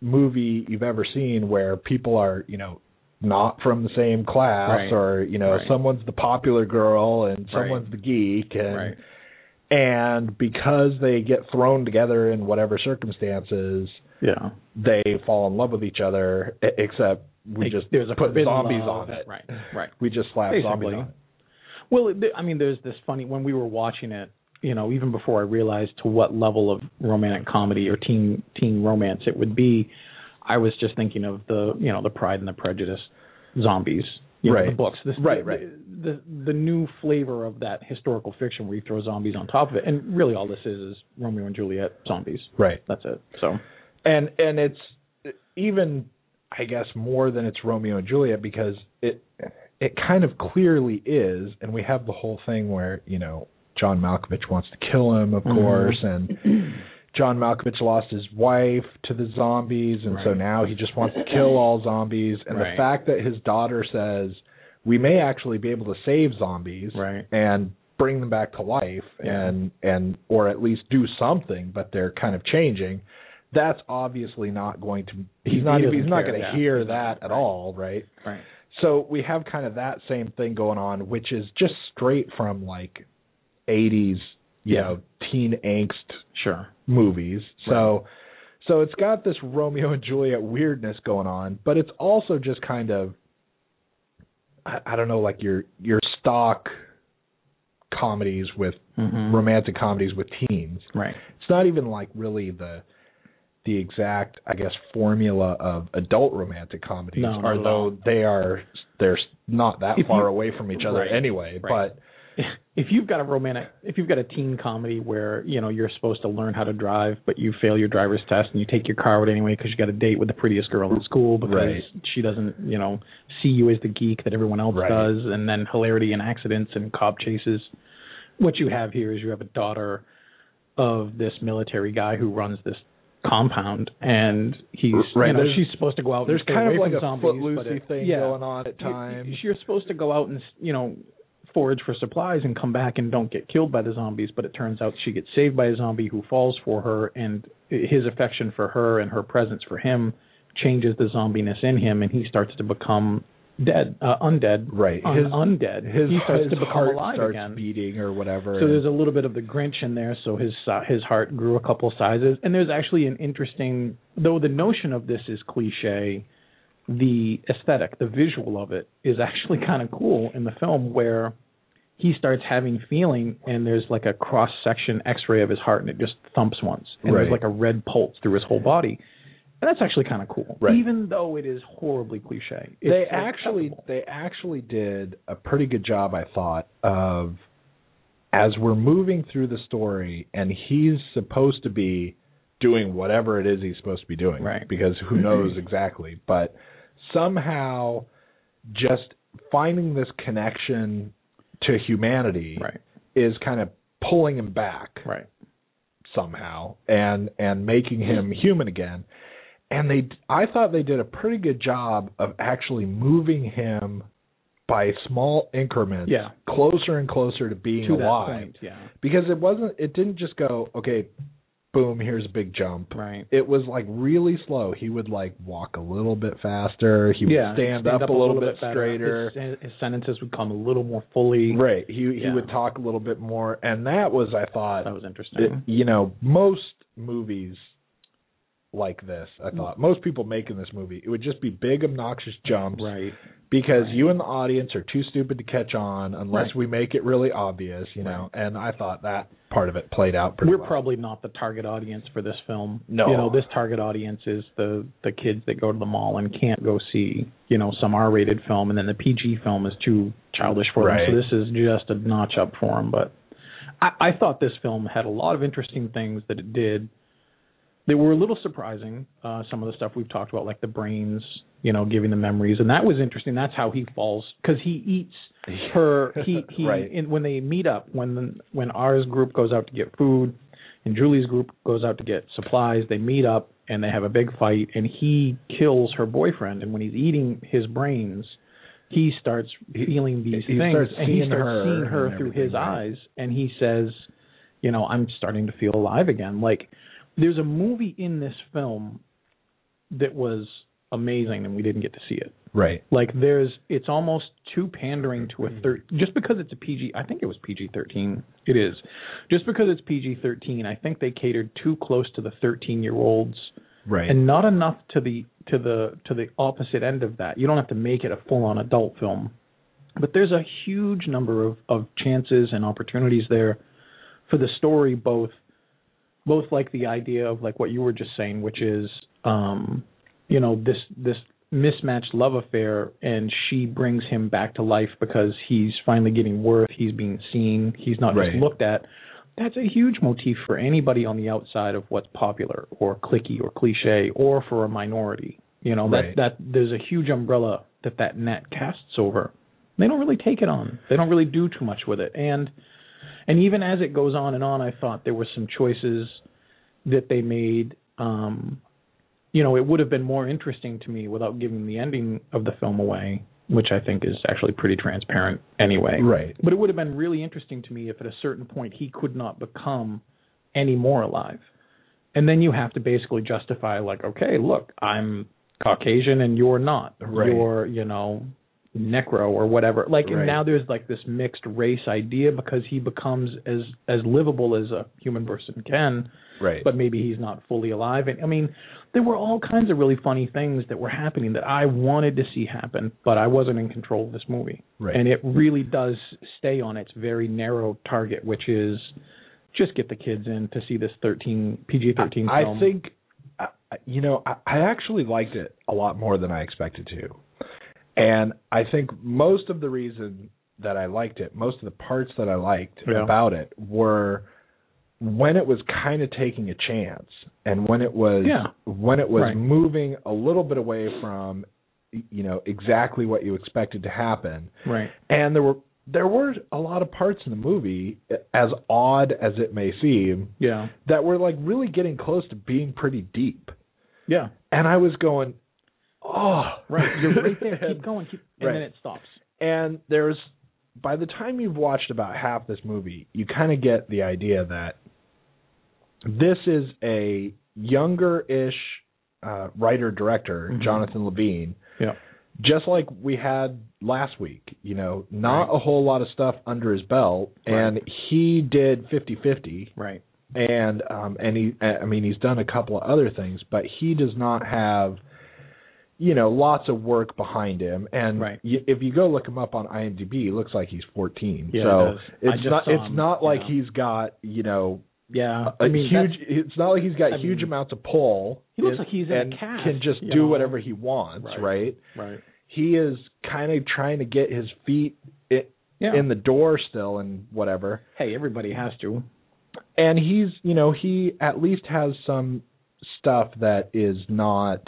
B: movie you've ever seen where people are you know not from the same class
D: Right.
B: or you know
D: Right.
B: someone's the popular girl and someone's the geek and
D: right,
B: and because they get thrown together in whatever circumstances
D: yeah.
B: they fall in love with each other e- except we
D: Like,
B: just
D: there's a
B: put
D: forbidden
B: zombies
D: love,
B: on it
D: right, right.
B: we just slap zombies
D: Basically.
B: on it
D: Well, it- I mean, there's this funny when we were watching it. You know, even before I realized to what level of romantic comedy or teen teen romance it would be, I was just thinking of the you know the Pride and the Prejudice, zombies, you know,
B: Right.
D: the books, this,
B: Right,
D: the,
B: right.
D: The, the new flavor of that historical fiction where you throw zombies on top of it, and really all this is is Romeo and Juliet zombies.
B: right
D: That's it. So
B: and and it's even i guess more than it's romeo and juliet because it it kind of clearly is and we have the whole thing where you know john malkovich wants to kill him of
D: Mm-hmm.
B: course and john malkovich lost his wife to the zombies and so
D: Right.
B: now he just wants to kill all zombies and the
D: Right.
B: fact that his daughter says we may actually be able to save zombies
D: Right.
B: and bring them back to life
D: Yeah.
B: and and or at least do something but they're kind of changing that's obviously not going to he's
D: He
B: not he's
D: doesn't
B: not
D: care,
B: going to
D: yeah.
B: hear that at all right
D: right,
B: so we have kind of that same thing going on which is just straight from like 80s you
D: Yeah.
B: know teen angst
D: sure,
B: movies. So so it's got this Romeo and Juliet weirdness going on, but it's also just kind of I, I don't know, like your your stock comedies with romantic comedies with teens.
D: Mm-hmm. right,
B: It's not even like really the the exact, I guess, formula of adult romantic comedies,
D: No, not at all.
B: although they are they're s- not that
D: If
B: far
D: you-
B: away from each other
D: Right,
B: anyway.
D: right.
B: But
D: if you've got a romantic if you've got a teen comedy where you know you're supposed to learn how to drive but you fail your driver's test and you take your car out anyway because you got a date with the prettiest girl in school because
B: Right.
D: she doesn't you know see you as the geek that everyone else
B: Right.
D: does and then hilarity and accidents and cop chases what you have here is you have a daughter of this military guy who runs this compound and he's
B: Right,
D: you know
B: there's-
D: she's supposed to go out
B: there's
D: and stay
B: kind of
D: away
B: like a
D: from zombies, but
B: footloosey
D: it-
B: thing
D: yeah
B: going on at
D: you-
B: times.
D: You're supposed to go out and you know forage for supplies and come back and don't get killed by the zombies, but it turns out she gets saved by a zombie who falls for her, and his affection for her and her presence for him changes the zombiness in him, and he starts to become dead, uh, undead,
B: Right.
D: un-
B: His-
D: undead.
B: his,
D: he starts
B: his
D: to become
B: heart
D: alive
B: starts
D: again.
B: beating or whatever.
D: So
B: and-
D: there's a little bit of the Grinch in there. So his uh, his heart grew a couple sizes, and there's actually an interesting, though the notion of this is cliche, the aesthetic, the visual of it is actually kind of cool in the film where he starts having feeling, and there's like a cross section X ray of his heart, and it just thumps once, and
B: Right.
D: there's like a red pulse through his whole body. And that's actually kind of cool,
B: Right.
D: even though it is horribly cliche. It's
B: they actually
D: acceptable.
B: they actually did a pretty good job i thought of as we're moving through the story and he's supposed to be doing whatever it is he's supposed to be doing
D: Right. Mm-hmm.
B: because who knows exactly but somehow just finding this connection to humanity
D: right,
B: is kind of pulling him back
D: right,
B: somehow and and making him human again and they i thought they did a pretty good job of actually moving him by small increments
D: Yeah.
B: closer and closer to being
D: to that
B: alive
D: point, yeah,
B: because it wasn't it didn't just go okay boom here's a big jump
D: right.
B: it was like really slow he would like walk a little bit faster he would
D: yeah,
B: stand, up, a little, bit,
D: better.
B: straighter
D: His, his sentences would come a little more fully.
B: right he he
D: Yeah.
B: would talk a little bit more and that was i thought
D: That was interesting.
B: it- you know, most movies like this, I
D: Mm.
B: thought, most people making this movie, it would just be big, obnoxious jumps
D: right,
B: because you and the audience are too stupid to catch on unless
D: Right.
B: we make it really obvious, you know. And I thought that part of it played out pretty
D: we're
B: well.
D: probably not the target audience for this film.
B: No.
D: you know, this target audience is the the kids that go to the mall and can't go see you know some R-rated film, and then the PG film is too childish for
B: Right.
D: them. So this is just a notch up for them. But I, I thought this film had a lot of interesting things that it did. They were a little surprising. Uh, some of the stuff we've talked about, like the brains, you know, giving the memories, and that was interesting. That's how he falls because he eats her. He he.
B: Right.
D: in, when they meet up, when when ours group goes out to get food, and Julie's group goes out to get supplies, they meet up and they have a big fight, and he kills her boyfriend. And when he's eating his brains, he starts feeling these
B: he
D: things,
B: starts
D: and he
B: seeing
D: starts
B: her
D: seeing her
B: and
D: through
B: everything,
D: his
B: right?
D: eyes, and he says, "You know, I'm starting to feel alive again." Like there's a movie in this film that was amazing, and we didn't get to see it.
B: right. Mm-hmm.
D: Like there's, it's almost too pandering to a thir. Just because it's a PG, I think it was PG thirteen. It is, just because it's PG thirteen. I think they catered too close to the thirteen year olds,
B: Right.
D: and not enough to the to the to the opposite end of that. You don't have to make it a full on adult film, but there's a huge number of of chances and opportunities there for the story, both both like the idea of like what you were just saying, which is um, you know this this mismatched love affair, and she brings him back to life because he's finally getting worth. He's being seen. He's not
B: Right.
D: just looked at. That's a huge motif for anybody on the outside of what's popular or clicky or cliche or for a minority. You know
B: Right.
D: that that there's a huge umbrella that that net casts over. They don't really take it on. They don't really do too much with it. And and even as it goes on and on, I thought there were some choices that they made. Um, you know, it would have been more interesting to me without giving the ending of the film away, which I think is actually pretty transparent anyway.
B: Right.
D: But it would have been really interesting to me if at a certain point he could not become any more alive. And then you have to basically justify, like, okay, look, I'm Caucasian and you're not.
B: Right.
D: You're, you know, necro or whatever. Like,
B: Right.
D: and now there's like this mixed race idea because he becomes as as livable as a human person can,
B: Right.
D: but maybe he's not fully alive. And I mean, there were all kinds of really funny things that were happening that I wanted to see happen, but I wasn't in control of this movie.
B: Right.
D: And it really does stay on its very narrow target, which is just get the kids in to see this thirteen PG thirteen
B: I
D: film.
B: think, I- I- you know, I, I actually liked it a lot more than I expected to. And I think most of the reason that I liked it, most of the parts that I liked
D: Yeah.
B: about it were when it was kind of taking a chance and when it was
D: Yeah.
B: when it was
D: Right.
B: moving a little bit away from you know exactly what you expected to happen
D: right.
B: and there were there were a lot of parts in the movie as odd as it may seem
D: Yeah.
B: that were like really getting close to being pretty deep.
D: Yeah.
B: And I was going, oh,
D: Right. You're right there.
B: and,
D: Keep going. Keep, and
B: Right.
D: then it stops.
B: and there's by the time you've watched about half this movie, you kind of get the idea that this is a younger-ish uh, writer director, Jonathan Levine,
D: Yeah.
B: just like we had last week, you know, not a whole lot of stuff under his belt and he did 50-50
D: Right.
B: and um and he i mean he's done a couple of other things but he does not have you know lots of work behind him and
D: Right.
B: y- if you go look him up on imdb it looks like he's 14
D: Yeah, it
B: so
D: does. I
B: it's
D: just
B: not
D: saw
B: it's
D: him,
B: not like
D: yeah.
B: he's got you know
D: yeah.
B: I
D: I mean, that-
B: huge. It's not like he's got
D: I
B: huge
D: mean,
B: amounts of pull.
C: He looks
B: and-
C: like he's in a
B: and
C: cast,
B: Can just
D: you
B: do
D: know?
B: whatever he wants,
D: Right.
B: right?
D: right.
B: He is kind of trying to get his feet i
D: Yeah.
B: in the door still and whatever.
D: hey, everybody has to.
B: And he's, you know, he at least has some stuff that is not,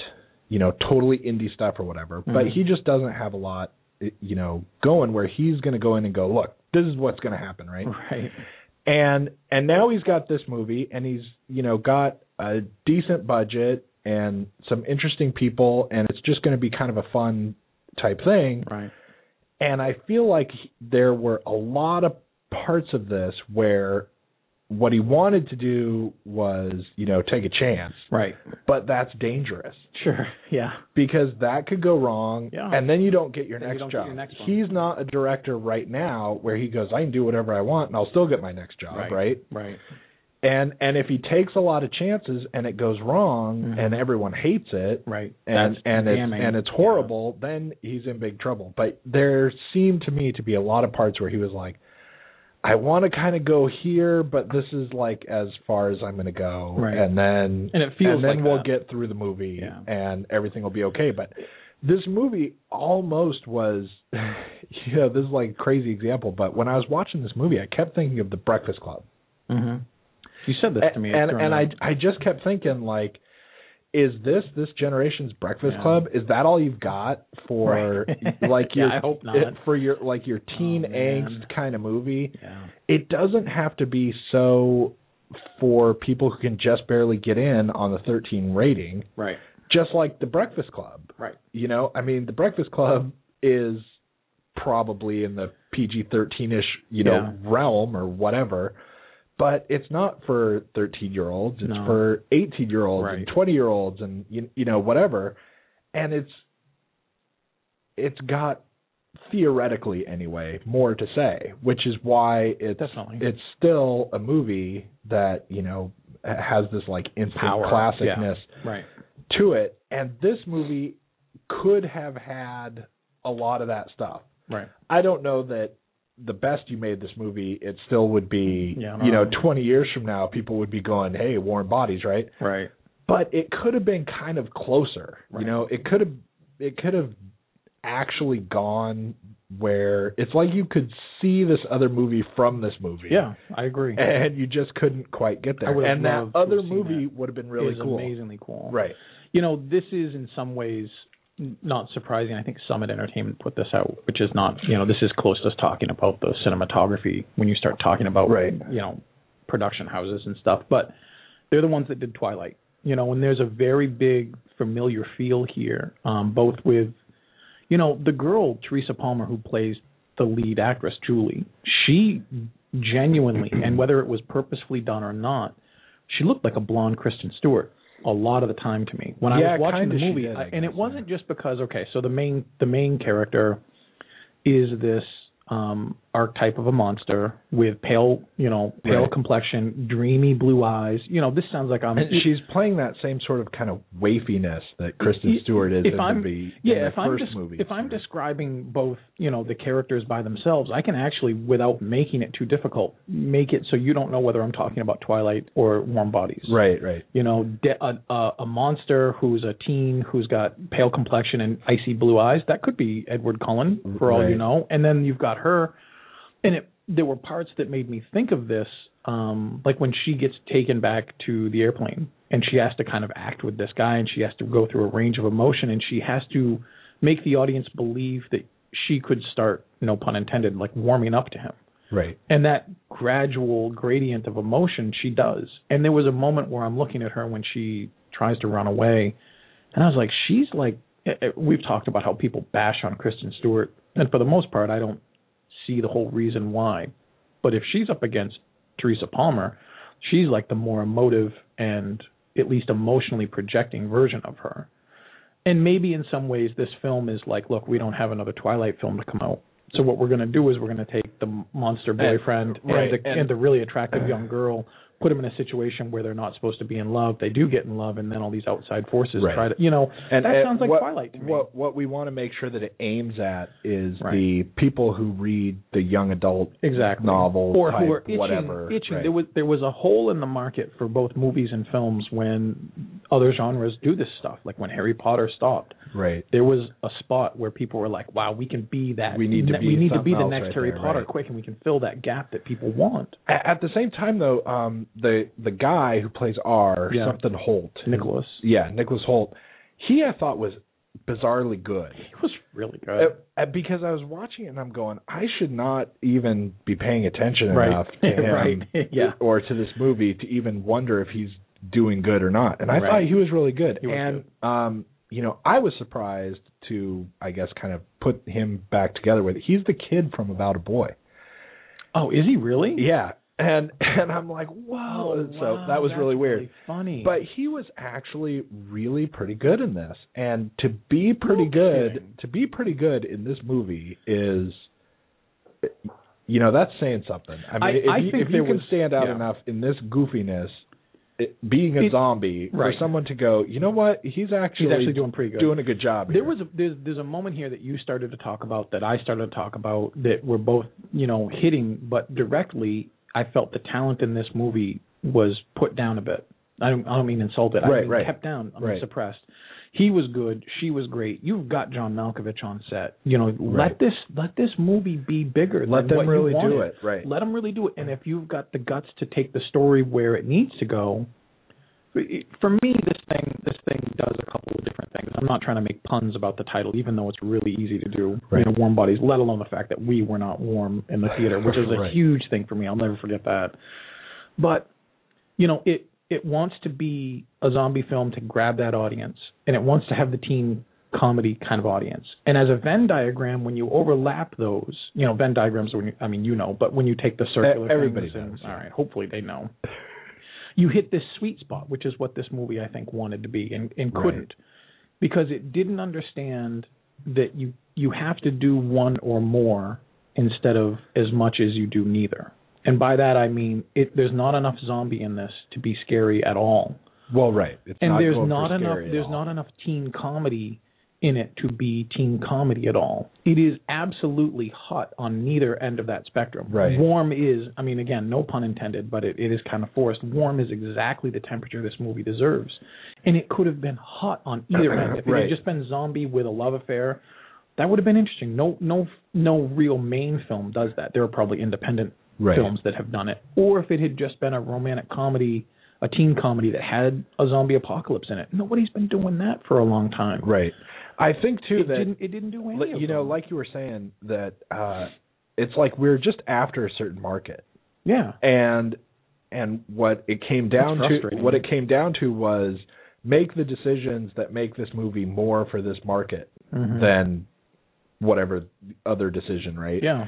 B: you know, totally indie stuff or whatever. But
D: Mhm.
B: he just doesn't have a lot, i- you know, going where he's going to go in and go, look, this is what's going to happen, right?
D: Right.
B: and and now he's got this movie and he's you know got a decent budget and some interesting people and it's just going to be kind of a fun type thing
D: Right.
B: and i feel like he- there were a lot of parts of this where what he wanted to do was you know take a chance
D: Right.
B: but that's dangerous
D: Sure. Yeah.
B: because that could go wrong
D: Yeah.
B: and then you don't get your
D: Then you
B: next
D: don't get
B: job
D: your next one.
B: he's not a director right now where he goes i can do whatever i want and i'll still get my next job
D: Right.
B: right?
D: Right.
B: and and if he takes a lot of chances and it goes wrong
D: Mhm.
B: and everyone hates it
D: Right.
B: and
D: That's
B: and it's
D: damning.
B: and it's horrible then he's in big trouble but there seemed to me to be a lot of parts where he was like i want to kind of go here but this is like as far as i'm going to go
D: Right.
B: and then
D: And it feels
B: and then
D: like
B: we'll
D: that.
B: get through the movie
D: Yeah.
B: and everything will be okay but this movie almost was you know this is like a crazy example but when i was watching this movie i kept thinking of the breakfast club
D: hmm You said this to me.
B: and
D: during
B: and I
D: the-
B: I just kept thinking like, is this this generation's Breakfast
D: Yeah.
B: Club? Is that all you've got for
D: Right.
B: like
D: Yeah,
B: your
D: I hope not.
B: it- for your like your teen
D: Oh, man.
B: angst kind of movie?
D: yeah.
B: It doesn't have to be so for people who can just barely get in on the 13 rating,
D: Right.
B: just like the Breakfast Club.
D: Right.
B: You know, I mean, the Breakfast Club is probably in the PG 13 ish, you know, realm or whatever, but it's not for 13 year olds. It's
D: No.
B: for 18 year olds and
D: Right.
B: 20 year olds and, you, you know, whatever. And it's, it's got theoretically anyway more to say, which is why it's,
D: Definitely.
B: it's still a movie that, you know, has this like instant
D: Power.
B: classicness
D: Right.
B: to it. And this movie could have had a lot of that stuff.
D: Right.
B: I don't know that the best you made this movie, it still would be,
D: Yeah.
B: you know, 20 years from now, people would be going, hey, Warm Bodies, right?
D: Right.
B: But it could have been kind of closer.
D: Right.
B: You know, it could have, it could have actually gone where it's like you could see this other movie from this movie.
D: Yeah. I agree.
B: And you just couldn't quite get
D: I
B: there.
D: would have
B: And that
D: loved to have
B: other
D: seen
B: movie would have been really
D: is
B: cool.
D: amazingly cool.
B: Right.
D: You know, this is in some ways n- not surprising. I think Summit Entertainment put this out, which is not, you know, this is close to us talking about the cinematography when you start talking about,
B: Right.
D: you know, production houses and stuff. But they're the ones that did Twilight. You know, and there's a very big familiar feel here, um, both with, you know, the girl Teresa Palmer who plays the lead actress Julie. She genuinely, and whether it was purposefully done or not, she looked like a blonde Kristen Stewart a lot of the time to me when
B: Yeah,
D: I was watching
B: kinda
D: the
B: she
D: movie.
B: did, I
D: I- and
B: guess,
D: it wasn't just because okay, so the main the main character is this um archetype of a monster with pale, you know, pale
B: Right.
D: complexion, dreamy blue eyes. You know, this sounds like I'm
B: And she's playing that same sort of kind of wafiness that Kristen Stewart is
D: if
B: in
D: I'm,
B: the, be-
D: yeah,
B: in the
D: if
B: 1st
D: I'm des-
B: movie.
D: if I'm describing both, you know, the characters by themselves, I can actually, without making it too difficult, make it so you don't know whether I'm talking about Twilight or Warm Bodies.
B: right, right,
D: You know, de- a, a, a monster who's a teen who's got pale complexion and icy blue eyes. That could be Edward Cullen, for all you
B: Right.
D: know. And then you've got her, and it, there were parts that made me think of this, um, like when she gets taken back to the airplane and she has to kind of act with this guy and she has to go through a range of emotion and she has to make the audience believe that she could start, no pun intended, like warming up to him
B: right.
D: and that gradual gradient of emotion she does and there was a moment where i'm looking at her when she tries to run away and i was like she's like eh, eh, we've talked about how people bash on kristen stewart and for the most part i don't see the whole reason why but if she's up against teresa palmer she's like the more emotive and at least emotionally projecting version of her and maybe in some ways this film is like look we don't have another twilight film to come out So what we're going to do is we're going to take the monster boyfriend and,
B: right,
D: the,
B: and-
D: and the really attractive
B: Uh.
D: young girl, put them in a situation where they're not supposed to be in love. They do get in love, and then all these outside forces
B: Right.
D: try to, you know,
B: And
D: that
B: uh,
D: sounds like
B: what,
D: Twilight to me.
B: What what we want to make sure that it aims at is
D: Right.
B: the people who read the young adult
D: exactly
B: novel
D: or
B: type,
D: who were itching,
B: whatever.
D: itching.
B: Right.
D: There was there was a hole in the market for both movies and films when other genres do this stuff. Like when Harry Potter stopped,
B: right.
D: there was a spot where people were like, "Wow, we can be that.
B: We need to
D: ne-
B: be
D: we need to
B: something
D: be the
B: else
D: next
B: right
D: Harry
B: there,
D: Potter
B: right.
D: quick, and we can fill that gap that people want."
B: A- At the same time, though, um, the the guy who plays R
D: Yeah.
B: something Holt,
D: Nicholas,
B: yeah, Nicholas Holt, he I thought was bizarrely good.
D: he was really good.
B: Uh, uh, because I was watching it and I'm going, I should not even be paying attention
D: Right.
B: enough to him
D: Right. Yeah.
B: or to this movie to even wonder if he's doing good or not. And I
D: Right.
B: thought he was really good.
D: He was
B: and um, you know, I was surprised to I guess kind of put him back together with. He's the kid from About a Boy.
D: oh, is he really?
B: Yeah. And and I'm like, whoa.
D: Oh,
B: And
D: wow,
B: so that was
D: that's
B: really weird.
D: funny.
B: But he was actually really pretty good in this, and to be pretty good,
D: kidding.
B: to be pretty good in this movie is, you know, that's saying something. I mean,
D: I-
B: if
D: I
B: you,
D: think
B: if
D: there
B: you can
D: was-
B: stand out
D: yeah.
B: enough in this goofiness, it, being a
D: It-
B: zombie, for
D: right.
B: someone to go, you know what, he's actually,
D: he's actually doing pretty good.
B: doing a good job.
D: There
B: here."
D: was a, there's there's a moment here that you started to talk about that I started to talk about that were both you know hitting, but directly I felt the talent in this movie was put down a bit. I don't I don't mean insulted. I
B: Right,
D: mean
B: right.
D: kept down. I mean
B: Right.
D: suppressed. He was good. She was great. You've got John Malkovich on set. You know,
B: Right.
D: let this let this movie be bigger.
B: let
D: than
B: them
D: what you
B: really do
D: wanted.
B: it, right?
D: Let them really do it. And if you've got the guts to take the story where it needs to go, for me, this thing this thing does a couple of different things. I'm not trying to make puns about the title, even though it's really easy to do.
B: Right.
D: You know, warm bodies. Let alone the fact that we were not warm in the theater, which is a
B: Right.
D: huge thing for me. I'll never forget that. But you know, it it wants to be a zombie film to grab that audience, and it wants to have the teen comedy kind of audience. And as a Venn diagram, when you overlap those, you know, Venn diagrams. When you, I mean, you know, but when you take the circular, things
B: everybody
D: and-
B: knows.
D: all right, hopefully they know. You hit this sweet spot, which is what this movie I think wanted to be and, and
B: Right.
D: couldn't, because it didn't understand that you you have to do one or more instead of as much as you do neither. And by that I mean it, there's not enough zombie in this to be scary at all,
B: Well, right. It's
D: and
B: not
D: there's
B: going for
D: not enough
B: scary at
D: there's
B: all.
D: not enough teen comedy in it to be teen comedy at all. It is absolutely hot on neither end of that spectrum.
B: Right.
D: Warm is, I mean, again, no pun intended, but it, it is kind of forced. Warm is exactly the temperature this movie deserves, and it could have been hot on either end. If it
B: Right.
D: had just been zombie with a love affair, that would have been interesting. No, no, no real main film does that. There are probably independent
B: Right.
D: films that have done it. Or if it had just been a romantic comedy, a teen comedy that had a zombie apocalypse in it. Nobody's been doing that for a long time.
B: right. I think too
D: It
B: that
D: didn't. It didn't do any.
B: Li-
D: of
B: you know,
D: them.
B: like you were saying that uh it's like we're just after a certain market.
D: yeah,
B: And and what it came down to
D: frustrating.
B: what it came down to was make the decisions that make this movie more for this market
D: Mm-hmm.
B: than whatever other decision, right?
D: yeah.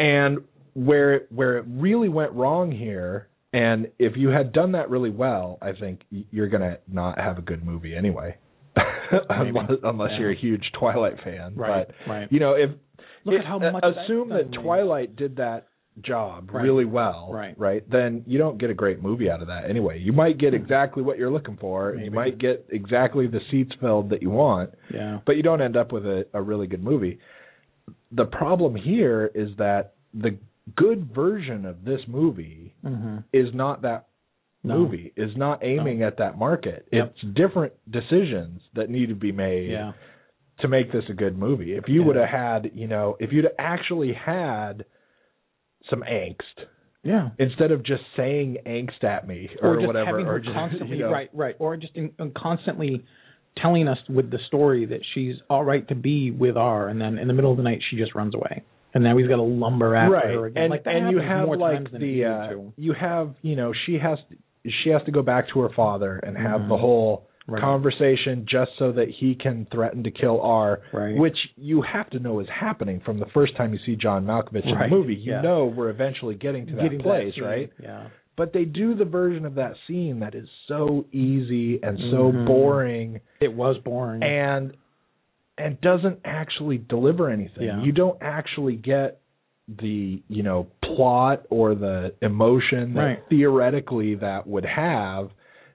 B: And where it- where it really went wrong here and if you had done that really well, I think y- you're going to not have a good movie anyway. unless unless
D: Yeah.
B: you're a huge Twilight fan,
D: Right,
B: but
D: right.
B: you know, if
D: Look
B: if-
D: at how
B: uh,
D: much that
B: assume that
D: film made.
B: Twilight did that job
D: Right.
B: really well,
D: Right.
B: Right, then you don't get a great movie out of that anyway. You might get exactly what you're looking for, and you
D: Hmm. Maybe.
B: might get exactly the seats filled that you want,
D: Yeah.
B: but you don't end up with a, a really good movie. The problem here is that the good version of this movie
D: Mm-hmm.
B: is not that
D: No.
B: movie, is not aiming at that market.
D: Yep.
B: It's different decisions that need to be made
D: Yeah.
B: to make this a good movie. If you
D: Yeah.
B: would have had, you know, if you'd actually had some angst
D: Yeah.
B: instead of just saying angst at me or,
D: just
B: whatever,
D: having
B: or
D: her
B: just
D: constantly
B: you know,
D: right, right, or just in, in constantly telling us with the story that she's all right to be with R, and then in the middle of the night she just runs away, and now he's got to lumber after
B: right.
D: her again.
B: And
D: like that
B: and you
D: happens
B: have
D: more
B: like
D: times than it
B: the
D: needed
B: uh,
D: to.
B: you have you know she has she has to go back to her father and have the whole
D: Mm-hmm. Right.
B: conversation just so that he can threaten to kill R,
D: Right.
B: which you have to know is happening from the first time you see John Malkovich in
D: Right,
B: the movie. You
D: yeah.
B: know we're eventually getting to that
D: Getting to
B: place,
D: scene,
B: right?
D: Yeah,
B: but they do the version of that scene that is so easy and so
D: Mhm.
B: boring
D: it was boring.
B: and and doesn't actually deliver anything.
D: Yeah.
B: You don't actually get the you know plot or the emotion that
D: Right.
B: theoretically that would have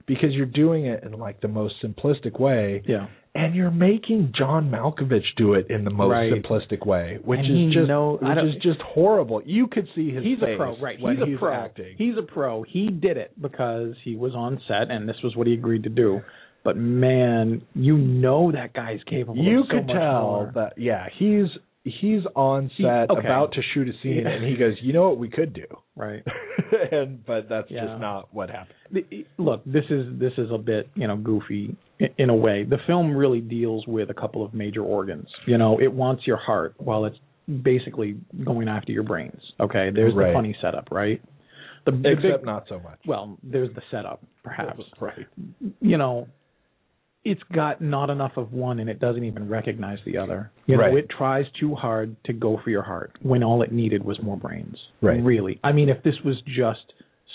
B: because you're doing it in like the most simplistic way
D: Yeah.
B: and you're making John Malkovich do it in the most
D: Right.
B: simplistic way which
D: And
B: is
D: he
B: just
D: know- I
B: which
D: don't-
B: is just horrible you could see his
D: he's
B: face
D: a pro, right?
B: when
D: He's a pro.
B: acting
D: He's a pro. He did it because he was on set and this was what he agreed to do. But man, you know that guy's capable.
B: you
D: of so
B: could
D: much
B: tell
D: more.
B: that yeah he's he's on set
D: okay.
B: about to shoot a scene
D: Yeah.
B: and he goes you know what we could do
D: right?
B: and but that's
D: Yeah.
B: just not what happened
D: The- e, Look, this is this is a bit you know goofy i- in a way. The film really deals with a couple of major organs. You know, it wants your heart while it's basically going after your brains. Okay, there's
B: Right.
D: the funny setup, right? The, the big-
B: except not so much
D: well, there's the setup, perhaps.
B: right
D: you know, it's got not enough of one and it doesn't even recognize the other. You know,
B: Right.
D: it tries too hard to go for your heart when all it needed was more brains.
B: Right.
D: Really. I mean, if this was just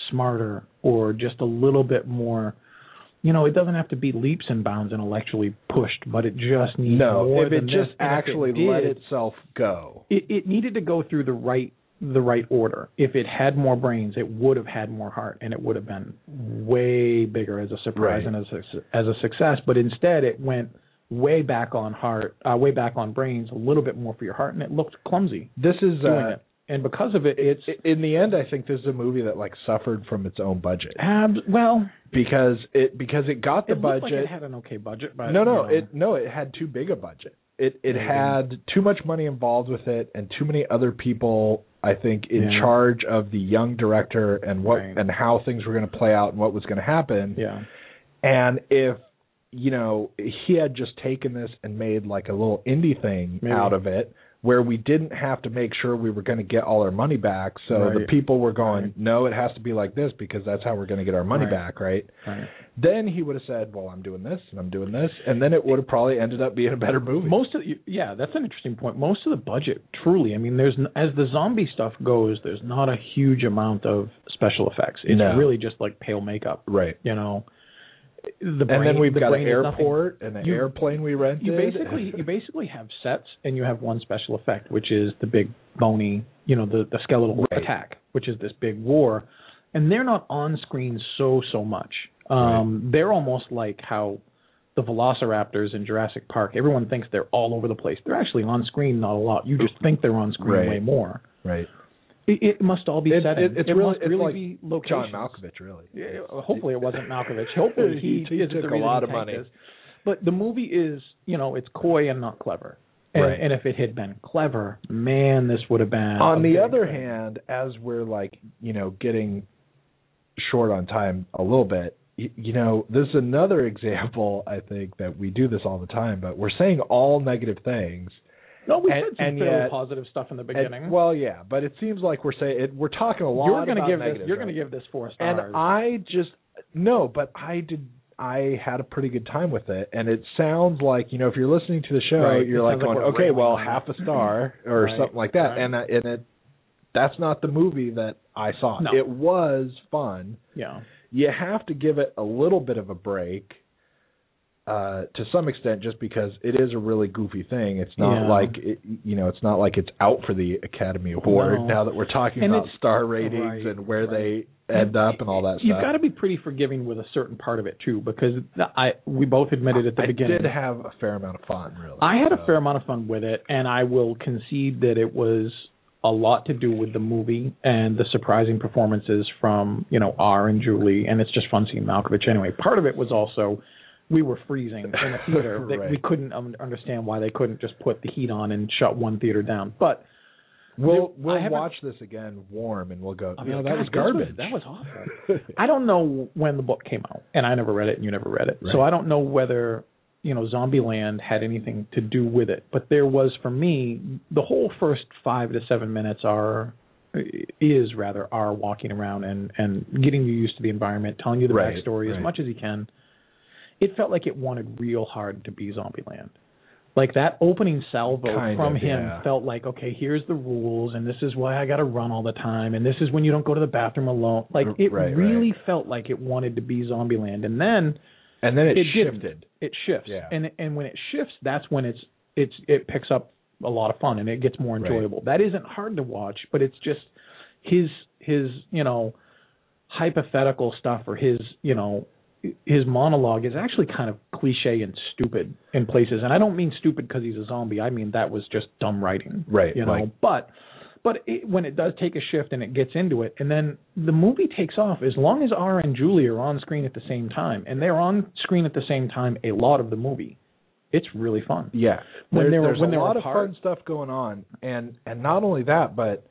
D: smarter or just a little bit more, you know, it doesn't have to be leaps and bounds intellectually pushed, but it just needs
B: no
D: more
B: if it
D: than
B: just
D: this. And if
B: actually
D: it
B: let
D: did,
B: itself go
D: it, it needed to go through the right the right order. If it had more brains, it would have had more heart, and it would have been way bigger as a surprise
B: Right.
D: and as a, as a success. But instead, it went way back on heart, uh, way back on brains, a little bit more for your heart, and it looked clumsy
B: this is
D: doing
B: uh,
D: it. And because of it, it's
B: i- in the end i think this is a movie that like suffered from its own budget
D: ab- well,
B: because it because it got the
D: it looked
B: budget
D: like it had an okay budget, but
B: no no
D: you know,
B: it no it had too big a budget it it
D: Maybe.
B: had too much money involved with it and too many other people i think in
D: Yeah.
B: charge of the young director and what
D: Right.
B: and how things were going to play out and what was going to happen
D: yeah,
B: and if you know he had just taken this and made like a little indie thing
D: Maybe.
B: out of it where we didn't have to make sure we were going to get all our money back so the
D: Right.
B: people were going
D: Right.
B: no it has to be like this because that's how we're going to get our money
D: Right.
B: back right
D: right.
B: then he would have said, "Well, I'm doing this and I'm doing this," and then it would have probably ended up being a better movie.
D: Most of the, yeah, that's an interesting point. Most of the budget, truly, I mean, there's n- as the zombie stuff goes, there's not a huge amount of special effects. It's
B: No.
D: really just like pale makeup,
B: right.
D: you know. The brain,
B: And then we've
D: the
B: got an
D: brain is nothing.
B: airport and an
D: You-
B: airplane we rented.
D: You basically you basically have sets and you have one special effect, which is the big bony, you know, the the skeletal
B: Right.
D: attack, which is this big war, and they're not on screen so so much. Um, They're almost like how the Velociraptors in Jurassic Park. Everyone thinks they're all over the place. They're actually on screen not a lot. You just think they're on screen
B: Right.
D: way more.
B: right.
D: It, it must all be
B: It-
D: set.
B: it- it's
D: it
B: really-
D: must
B: it's
D: really
B: like
D: be
B: John
D: locations.
B: Malkovich, really.
D: Yeah, hopefully it wasn't Malkovich. Hopefully he,
B: He
D: is the
B: took a
D: reason
B: lot
D: he
B: of
D: tanked
B: money.
D: this. But the movie is, you know, it's coy and not clever. And,
B: Right.
D: and if it had been clever, man, this would have been. a
B: on the
D: big
B: other
D: thing.
B: hand, as we're like, you know, getting short on time a little bit, y- you know, this is another example. I think that we do this all the time, but we're saying all negative things.
D: no, we
B: and-
D: said some
B: and
D: fairly
B: yet-
D: positive stuff in the
B: And-
D: beginning.
B: well, yeah, but it seems like we're saying it, we're talking a lot.
D: you're gonna
B: about
D: give
B: negative,
D: this. You're
B: right?
D: gonna give this four stars.
B: and I just no, but I did. I had a pretty good time with it, and it sounds like you know if you're listening to the show,
D: Right,
B: you're
D: it
B: like
D: sounds like
B: going,
D: we're
B: okay,
D: railing
B: well,
D: on it.
B: half a star or
D: Right,
B: something like that,
D: right.
B: and that, and it that's not the movie that I saw.
D: No.
B: It was fun.
D: yeah,
B: You have to give it a little bit of a break. Uh, to some extent, just because it is a really goofy thing, it's not
D: Yeah.
B: like it, you know, it's not like it's out for the Academy Award.
D: No.
B: Now that we're talking
D: And
B: about
D: it's-
B: star ratings
D: right,
B: and where
D: right.
B: they end up and all that stuff,
D: you've got to be pretty forgiving with a certain part of it too, because the, I we both admitted at the
B: I
D: beginning.
B: did have a fair amount of fun, really.
D: I had
B: So,
D: a fair amount of fun with it, and I will concede that it was a lot to do with the movie and the surprising performances from you know R and Julie, and it's just fun seeing Malkovich anyway. Part of it was also we were freezing in the theater; that we
B: Right.
D: couldn't um, understand why they couldn't just put the heat on and shut one theater down. But
B: We'll
D: I
B: we'll
D: haven't-
B: watch this again warm, and we'll go.
D: I
B: you
D: mean,
B: know, that
D: God,
B: was
D: this was-
B: garbage.
D: that was awful. I don't know when the book came out, and I never read it, and you never read it, so
B: Right.
D: I don't know whether you know Zombieland had anything to do with it. But there was for me the whole first five to seven minutes are is rather are walking around and and getting you used to the environment, telling you the
B: Right,
D: backstory
B: right.
D: as much as he can. It felt like it wanted real hard to be Zombieland. Like that opening salvo
B: Kind
D: from
B: of,
D: him
B: yeah.
D: felt like, okay, here's the rules, and this is why I got to run all the time, and this is when you don't go to the bathroom alone. Like
B: R-
D: it
B: right,
D: really felt like it wanted to be Zombieland, and then
B: and then it,
D: it didn't.
B: shifted.
D: it shifts,
B: Yeah.
D: and and when it shifts, that's when it's it's it picks up a lot of fun and it gets more
B: Right.
D: enjoyable. That isn't hard to watch, but it's just his his you know hypothetical stuff or his you know his monologue is actually kind of cliche and stupid in places. And I don't mean stupid because he's a zombie. I mean that was just dumb writing,
B: Right,
D: You know,
B: like-
D: but but it, when it does take a shift and it gets into it, and then the movie takes off as long as R and Julie are on screen at the same time, and they're on screen at the same time a lot of the movie. It's really fun.
B: Yeah.
D: When
B: There-
D: they were-
B: there's
D: when
B: a
D: they were
B: lot
D: apart.
B: of fun stuff going on. And and not only that, but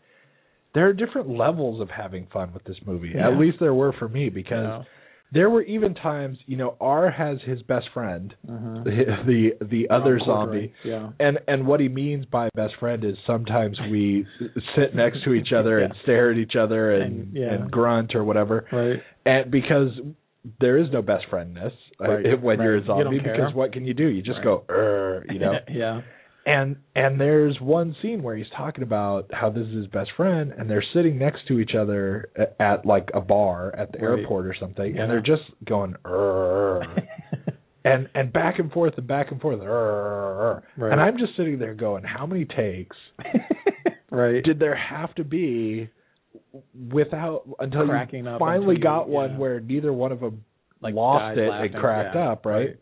B: there are different levels of having fun with this movie.
D: Yeah.
B: At least there were for me because
D: Yeah.
B: there were even times, you know, R has his best friend,
D: Uh-huh.
B: the the, other
D: Ron
B: zombie.
D: Corddry, Yeah.
B: And and what he means by best friend is sometimes we sit next to each other and
D: Yeah.
B: stare at each other and
D: And- yeah.
B: and grunt or whatever.
D: Right.
B: and because there is no best friendness uh,
D: Right,
B: if- when you're a
D: right. You
B: zombie
D: don't care.
B: because what can you do you just go er you know
D: yeah.
B: and and there's one scene where he's talking about how this is his best friend and they're sitting next to each other a- at like a bar at the
D: Right.
B: airport or something
D: Yeah.
B: and they're just going er and and back and forth and back and forth er
D: Right.
B: and i'm just sitting there going how many takes
D: right.
B: did there have to be without until
D: Cracking
B: you
D: up
B: finally
D: until you-
B: got one
D: yeah.
B: where neither one of them
D: Like,
B: lost
D: died
B: it
D: laughing,
B: and cracked
D: yeah,
B: up right?
D: right.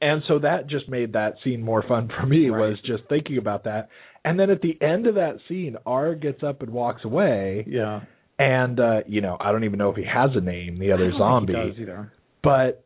B: and so that just made that scene more fun for me
D: Right.
B: was just thinking about that and then at the end of that scene r gets up and walks away
D: Yeah.
B: and uh you know i don't even know if he has a name the other
D: I don't
B: zombie
D: think he does either.
B: but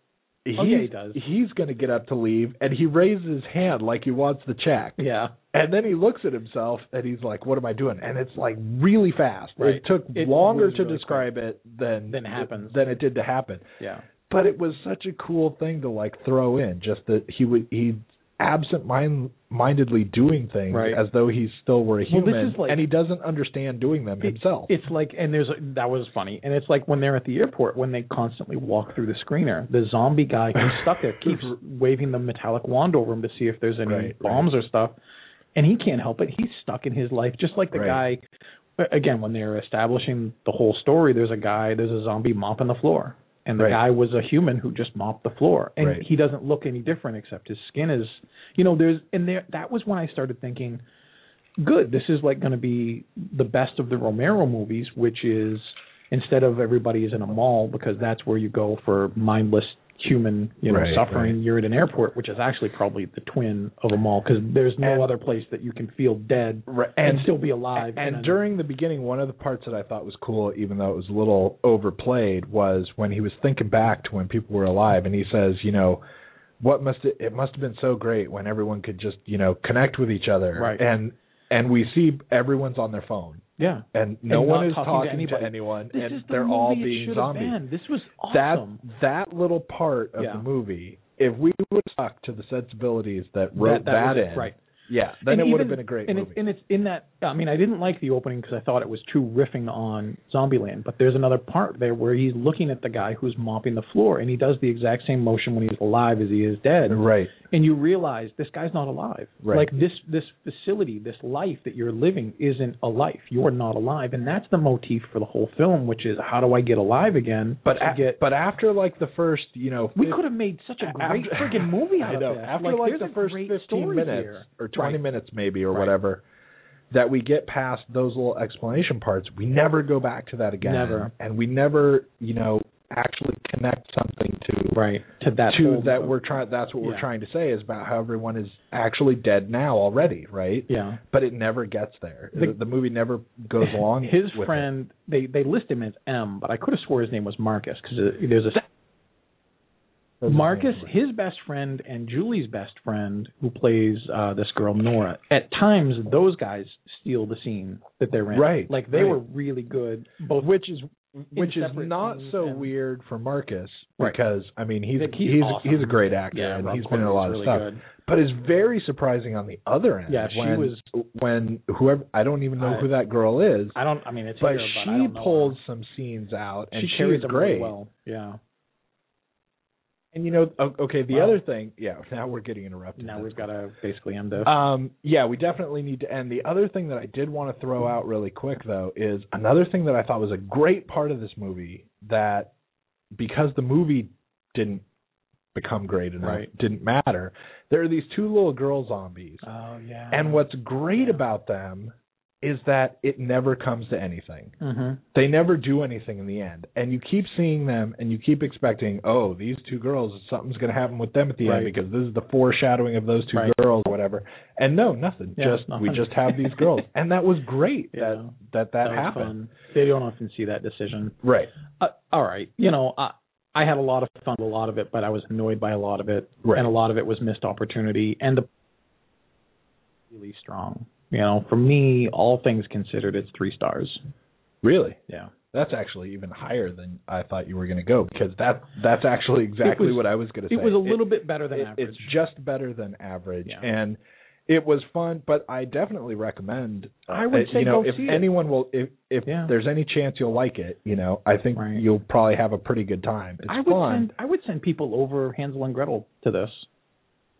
D: Oh, yeah, he does.
B: he's going to get up to leave and he raises his hand like he wants the check
D: Yeah.
B: and then he looks at himself and he's like, "What am I doing?" And it's like really fast. It
D: Right.
B: took
D: It
B: longer
D: was
B: to
D: really
B: describe it than
D: Than happens.
B: than it did to happen.
D: Yeah.
B: But it was such a cool thing to like throw in, just that he would he absent mind mindedly doing things
D: Right.
B: as though he still were a
D: Well, this
B: human,
D: is like-
B: and he doesn't understand doing them
D: It-
B: himself.
D: It's like, and there's a, that was funny, and it's like when they're at the airport when they constantly walk through the screener. The zombie guy who's stuck there keeps waving the metallic wand over him to see if there's any
B: Right, right.
D: bombs or stuff, and he can't help it. He's stuck in his life, just like the
B: Right.
D: guy. Again, when they're establishing the whole story, there's a guy, there's a zombie mopping the floor, and the
B: Right.
D: guy was a human who just mopped the floor, and
B: Right.
D: he doesn't look any different except his skin is, you know, there's and there that was when I started thinking good. This is like going to be the best of the Romero movies, which is instead of everybody is in a mall because that's where you go for mindless human you know
B: Right,
D: suffering.
B: right.
D: You're at an airport, which is actually probably the twin of a mall because there's no
B: And-
D: other place that you can feel dead
B: Right,
D: and,
B: and-
D: still be alive.
B: And
D: then-
B: during the beginning, one of the parts that I thought was cool, even though it was a little overplayed, was when he was thinking back to when people were alive, and he says, you know, what must it, it must have been so great when everyone could just you know connect with each other,
D: Right.
B: And and we see everyone's on their phone,
D: yeah,
B: and no
D: And
B: one
D: not
B: is
D: talking to
B: talking
D: anybody.
B: anyone,
D: This
B: and
D: is the
B: they're all
D: movie it
B: being
D: should have
B: zombies.
D: been. This was
B: That
D: awesome.
B: that little part of
D: Yeah.
B: the movie, if we would have stuck to the sensibilities that wrote
D: that was it,
B: in,
D: right.
B: Yeah, then
D: And
B: it would have
D: even-
B: been a great
D: and
B: movie.
D: It's, and it's in that. I mean, I didn't like the opening because I thought it was too riffing on Zombieland. But there's another part there where he's looking at the guy who's mopping the floor, and he does the exact same motion when he's alive as he is dead.
B: right.
D: And you realize this guy's not alive.
B: Right.
D: Like this, this facility, this life that you're living isn't a life. You are not alive, and that's the motif for the whole film, which is how do I get alive again?
B: But
D: to
B: a-
D: get,
B: but after like the first, you know,
D: we
B: fif-
D: could have made such a great
B: after-
D: friggin' movie out
B: I know.
D: of this.
B: After like,
D: there's
B: the
D: a
B: first
D: great
B: fifteen
D: story
B: minutes
D: here.
B: or twenty
D: Right.
B: minutes maybe or
D: Right.
B: whatever, that we get past those little explanation parts, we never go back to that again.
D: Never.
B: And we never, you know, actually connect something to
D: Right to that
B: to
D: whole-
B: that we're trying that's what we're
D: Yeah.
B: trying to say is about how everyone is actually dead now already, right?
D: yeah.
B: But it never gets there. The,
D: The-
B: the movie never goes along.
D: His
B: with it.
D: friend, they they list him as M, but I could have swore his name was Marcus because there's a
B: Doesn't
D: Marcus,
B: matter.
D: his best friend, and Julie's best friend, who plays uh, this girl Nora. At times, those guys steal the scene that they're in.
B: Right,
D: like they
B: right.
D: were really good. Both
B: which is which is
D: separate
B: not
D: scenes
B: so
D: and-
B: weird for Marcus
D: Right.
B: because I mean he's
D: Like,
B: he's
D: he's
B: he's,
D: awesome.
B: a great actor
D: Yeah,
B: and
D: Rob
B: he's been in a
D: Corddry's
B: lot of
D: really
B: stuff,
D: good.
B: but it's very surprising on the other end.
D: Yeah, she
B: when,
D: was-
B: when whoever I don't even know
D: I-
B: who that girl is,
D: I don't. I mean, it's
B: but
D: either,
B: she
D: but I don't know
B: pulls
D: her.
B: some scenes out and
D: she carries
B: she's
D: them
B: great.
D: really well. Yeah.
B: And you know, o- okay, the
D: Wow.
B: other thing, yeah, now we're getting interrupted.
D: Now we've got to basically end this.
B: Um, yeah, we definitely need to end. The other thing that I did want to throw out really quick, though, is another thing that I thought was a great part of this movie that because the movie didn't become great enough.
D: Right.
B: Didn't matter. There are these two little girl zombies.
D: Oh yeah.
B: And what's great about them is that it never comes to anything.
D: hmm
B: They never do anything in the end. And you keep seeing them and you keep expecting, oh, these two girls, something's going to happen with them at the end
D: Right.
B: because this is the foreshadowing of those two
D: Right.
B: girls or whatever. And no, nothing.
D: Yeah,
B: just
D: nothing.
B: we just have these girls. and that was great
D: Yeah.
B: that that that,
D: That was
B: happened.
D: fun. They don't often see that decision.
B: Right.
D: Uh, all right. You know, I I had a lot of fun with a lot of it, but I was annoyed by a lot of it,
B: Right.
D: and a lot of it was missed opportunity. And the really strong. You know, for me, all things considered, it's three stars.
B: Really.
D: Yeah.
B: That's actually even higher than I thought you were going to go because that that's actually exactly
D: was-
B: what I was going to say.
D: It was a
B: It-
D: little bit better than
B: it-
D: average.
B: It's just better than average,
D: Yeah.
B: and it was fun. But I definitely recommend. uh,
D: I would
B: uh,
D: say
B: you know
D: go
B: if
D: see it.
B: anyone will if if
D: Yeah.
B: there's any chance you'll like it, you know I think
D: Right.
B: you'll probably have a pretty good time. It's
D: I would
B: fun.
D: send I would send people over Hansel and Gretel to this.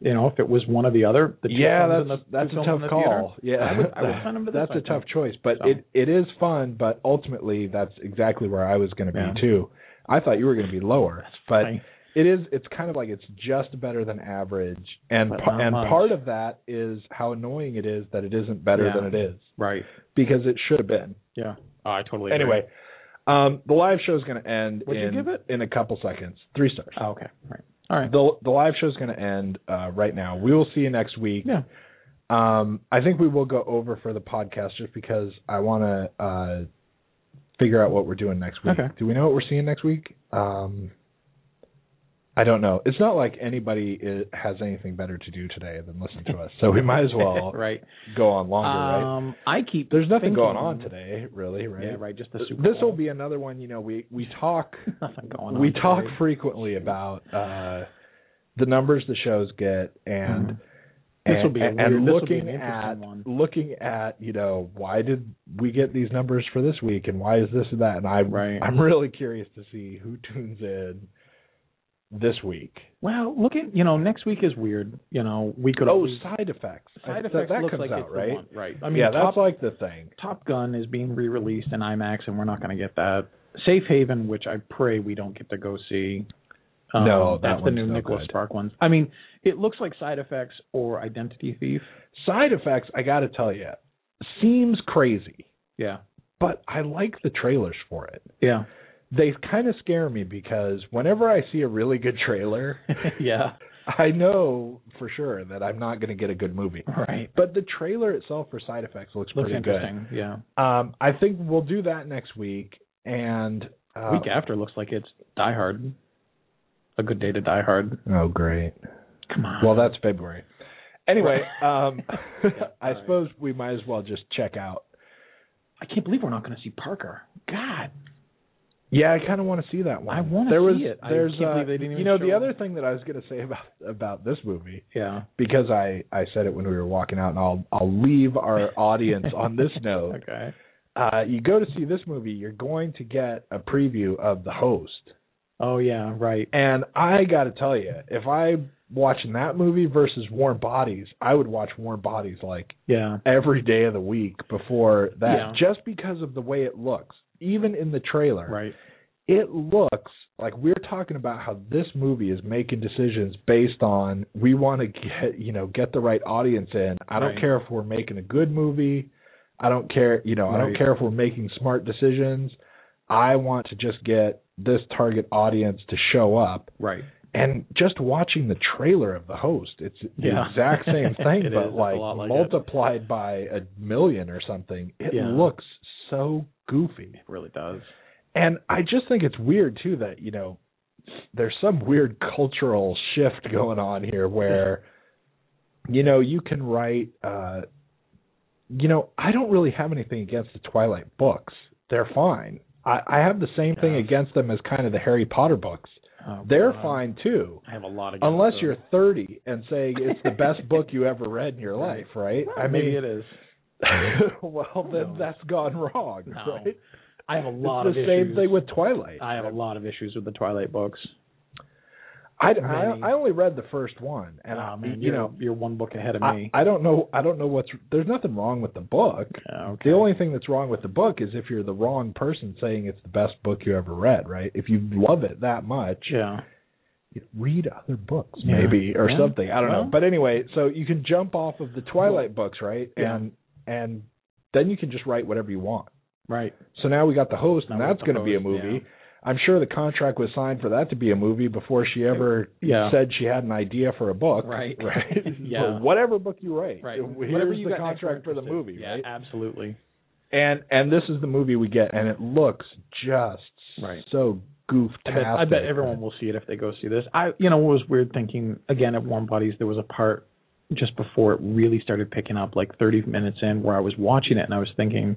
D: You know, if it was one or the other. The two
B: yeah,
D: films in
B: that's
D: the,
B: that's
D: two
B: a
D: films in
B: tough
D: the theater.
B: call. Yeah,
D: I would- I would send 'em to this,
B: That's
D: I
B: a tough
D: think.
B: choice, but
D: So.
B: it it is fun. But ultimately, that's exactly where I was going to
D: Yeah.
B: be too. I thought you were going to be lower, but
D: funny.
B: it is. It's kind of like it's just better than average, and
D: But
B: pa-
D: not
B: and
D: much.
B: part of that is how annoying it is that it isn't better
D: Yeah.
B: than it is
D: Right.
B: because it should have been.
D: Yeah. Oh, I totally agree.
B: Anyway, um, the live show is going to end.
D: What'd you
B: in,
D: give it?
B: in a couple seconds? Three stars.
D: Oh, okay. Right. All right.
B: The the live show is going to end uh, right now. We will see you next week.
D: Yeah.
B: Um, I think we will go over for the podcast just because I want to uh, figure out what we're doing next week.
D: Okay.
B: Do we know what we're seeing next week? Um, I don't know. It's not like anybody i has anything better to do today than listen to us, so we might as well
D: right.
B: go on longer, right?
D: Um, I keep.
B: There's nothing
D: thinking-
B: going on today, really, right?
D: Yeah. Right. Just the Super.
B: This will
D: Bowl.
B: be another one. You know, we we talk
D: nothing going on.
B: we talk
D: today.
B: frequently about uh, the numbers the shows get and
D: Mhm. This will
B: and-
D: be a
B: and,
D: weird-
B: and
D: this will be
B: looking
D: an interesting
B: at
D: one.
B: looking at you know why did we get these numbers for this week and why is this and that and I
D: Right.
B: I'm really curious to see who tunes in this week.
D: Well, look at you know next week is weird. You know we could
B: oh,
D: always,
B: side effects. I
D: side
B: thought
D: effects
B: that
D: looks
B: comes
D: like
B: out
D: it's the
B: right.
D: one, Right. I mean
B: yeah,
D: top
B: that's like the thing.
D: Top Gun is being re-released in IMAX, and we're not going to get that. Safe Haven, which I pray we don't get to go see. Um,
B: No, that
D: that's the
B: one's
D: new
B: no
D: Nicholas
B: good.
D: Spark ones. I mean, it looks like Side Effects or Identity Thief.
B: Side effects. I got to tell you, seems crazy,
D: Yeah,
B: but I like the trailers for it.
D: yeah,
B: they kind of scare me because whenever I see a really good trailer,
D: yeah.
B: I know for sure that I'm not going to get a good movie.
D: Right.
B: But the trailer itself for Side Effects looks,
D: Looks
B: pretty good.
D: interesting. Yeah.
B: Um, I think we'll do that next week. And uh,
D: Week after looks like it's Die Hard. A good day to Die Hard.
B: oh, great.
D: Come on.
B: Well, that's February. Anyway, um, I
D: right.
B: suppose we might as well just check out.
D: I can't believe we're not going to see Parker. God.
B: Yeah, I kind of want to see that one.
D: I wanna
B: There was-
D: see it. I
B: There's,
D: can't
B: uh,
D: believe they didn't
B: you
D: even
B: know,
D: show
B: the
D: it.
B: other thing that I was going to say about about this movie
D: Yeah.
B: because I, I said it when we were walking out, and I'll I'll leave our audience on this note.
D: Okay.
B: Uh, you go to see this movie, you're going to get a preview of the host,
D: Oh yeah. Right.
B: and I got to tell you, if I watching that movie versus Warm Bodies, I would watch Warm Bodies like
D: Yeah.
B: every day of the week before that,
D: Yeah.
B: just because of the way it looks. Even in the trailer,
D: Right.
B: it looks like we're talking about how this movie is making decisions based on we want to get you know get the right audience in. I don't
D: Right.
B: care if we're making a good movie. I don't care you know I don't
D: Right.
B: care if we're making smart decisions. I want to just get this target audience to show up.
D: Right.
B: And just watching the trailer of the host, it's the
D: Yeah.
B: exact same thing,
D: It is.
B: but
D: It's a
B: like,
D: lot like it.
B: multiplied by a million or something. It
D: Yeah.
B: looks so goofy.
D: It really does.
B: And I just think it's weird too that, you know, there's some weird cultural shift going on here where you know, you can write uh you know, I don't really have anything against the Twilight books. They're fine. I, I have the same thing
D: Yeah.
B: against them as kind of the Harry Potter books.
D: Oh,
B: They're
D: God.
B: fine too.
D: I have a lot of.
B: Unless you're 30 and saying it's the best book you ever read in your life, right? I
D: maybe
B: mean,
D: it is.
B: well,
D: No.
B: then that's gone wrong,
D: No.
B: right?
D: I have a lot
B: it's
D: of
B: the
D: issues.
B: same thing with Twilight.
D: I have a lot of issues with the Twilight books.
B: I,
D: many.
B: I, I only read the first one, and I,
D: oh, man,
B: Uh, you
D: you're-
B: know,
D: you're one book ahead of
B: I,
D: me.
B: I don't know, I don't know what's there's nothing wrong with the book.
D: Yeah, Uh, okay.
B: The only thing that's wrong with the book is if you're the wrong person saying it's the best book you ever read, right? If you love it that much,
D: yeah,
B: you know, read other books
D: Yeah.
B: maybe or
D: Yeah.
B: something. I don't
D: Well-
B: know. But anyway, so you can jump off of the Twilight books, right?
D: Yeah.
B: And and then you can just write whatever you want.
D: Right.
B: So now we got the host, and
D: Now we
B: that's
D: got
B: going
D: The
B: to be a
D: Host,
B: movie. I'm sure the contract was signed for that to be a movie before she ever
D: Yeah.
B: said she had an idea for a book.
D: Right.
B: Right.
D: Yeah.
B: For whatever book you write.
D: Right.
B: Here's
D: Whatever you
B: the
D: got next, we're
B: contract for the
D: interested.
B: movie,
D: Yeah,
B: right?
D: absolutely.
B: And and this is the movie we get, and it looks just
D: Right.
B: so goofed.
D: I bet, I bet everyone will see it if they go see this. I, you know, it was weird thinking again at Warm Bodies. There was a part just before it really started picking up, like 30 minutes in, where I was watching it and I was thinking,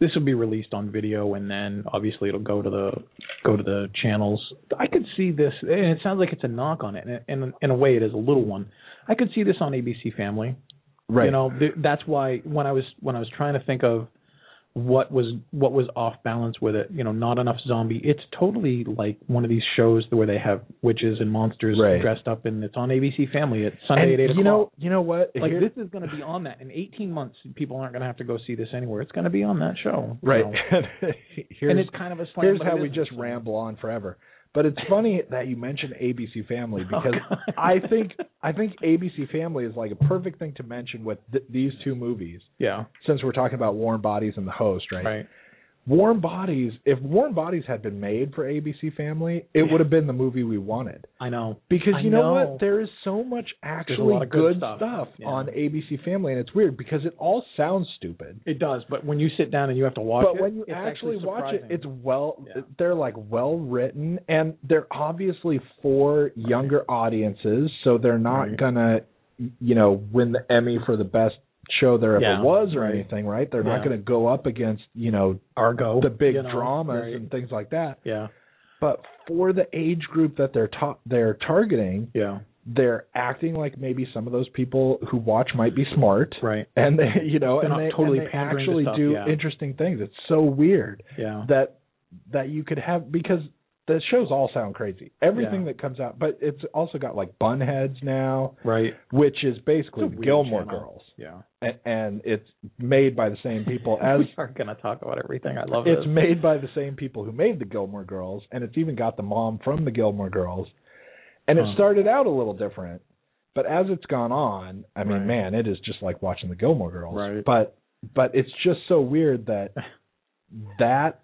D: this will be released on video, and then obviously it'll go to the go to the channels. I could see this, and it sounds like it's a knock on it, and and in a way it is a little one. I could see this on ABC Family.
B: Right.
D: You know, th- that's why when I was when I was trying to think of what was what was off balance with it, you know, not enough zombie. It's totally like one of these shows where they have witches and monsters
B: Right.
D: dressed up, and it's on ABC Family. It's
B: And
D: Sunday at eight
B: you
D: o'clock.
B: know, you know what?
D: like
B: Here-
D: this is going to be on that in eighteen months. People aren't going to have to go see this anywhere. It's going to be on that show, you
B: right.
D: know.
B: here's,
D: and it's kind of a slam.
B: here's
D: but
B: how
D: it
B: we
D: isn't.
B: just ramble on forever. But it's funny that you mentioned ABC Family
D: Oh,
B: because
D: God.
B: I think I think ABC Family is like a perfect thing to mention with th- these two movies
D: yeah,
B: since we're talking about Warm Bodies and The Host, right?
D: right,
B: Warm Bodies, if Warm Bodies had been made for ABC Family, it would have been the movie we wanted.
D: I know
B: Because
D: I
B: you know,
D: know.
B: what? There is so much actually
D: lot of good
B: good,
D: stuff. Yeah.
B: on ABC Family and it's weird because it all sounds stupid.
D: it does. But when you sit down and you have to watch
B: But
D: it,
B: when you
D: it's
B: actually, watch it,
D: surprising.
B: it's well.
D: Yeah.
B: They're like well written, and they're obviously for younger audiences, so they're not
D: Right.
B: gonna, you know, win the Emmy for the best show there ever
D: Yeah,
B: was or
D: right.
B: anything, right? They're
D: Yeah.
B: not gonna go up against, you know,
D: Argo,
B: the big
D: you know,
B: dramas
D: right.
B: and things like that.
D: yeah,
B: But for the age group that they're ta- they're targeting,
D: yeah,
B: they're acting like maybe some of those people who watch might be smart.
D: right,
B: And they, you know,
D: They're
B: and
D: not
B: they,
D: totally
B: and they
D: pandering to
B: actually
D: stuff,
B: do
D: yeah.
B: interesting things. It's so weird
D: yeah.
B: that that you could have because the shows all sound crazy. Everything
D: Yeah.
B: that comes out, but it's also got like Bunheads now,
D: Right.
B: which is basically
D: It's a weird
B: Gilmore
D: channel.
B: Girls,
D: Yeah.
B: and, and it's made by the same people as
D: we are going to talk about everything. I love
B: it's
D: this.
B: made by the same people who made the Gilmore Girls, and it's even got the mom from the Gilmore Girls, and
D: Huh.
B: it started out a little different, but as it's gone on, I mean,
D: Right.
B: man, it is just like watching the Gilmore Girls,
D: Right.
B: but but it's just so weird that that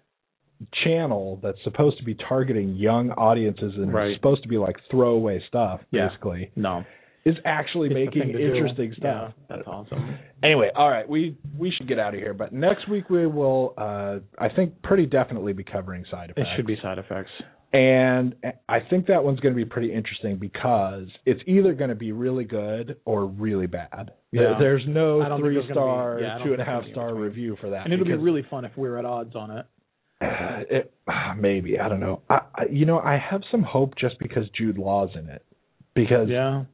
B: channel that's supposed to be targeting young audiences and
D: Right.
B: supposed to be like throwaway stuff
D: Yeah.
B: basically
D: no.
B: is actually
D: It's the
B: making
D: thing to do.
B: interesting stuff
D: Yeah, that's awesome.
B: anyway, all right, we we should get out of here. But next week we will, uh, I think, pretty definitely be covering side
D: It
B: effects.
D: should be side effects.
B: and I think that one's going to be pretty interesting because it's either going to be really good or really bad. There-
D: Yeah.
B: There's
D: I
B: no
D: don't think
B: three
D: there's gonna be-
B: star,
D: yeah, I don't
B: two and a
D: think
B: half
D: there's gonna be
B: star
D: in between.
B: review for that.
D: And it'll be
B: because,
D: really fun if we're at odds on it.
B: it, ah, maybe I don't know. I, I, you know, I have some hope just because Jude Law's in it. Because
D: Yeah.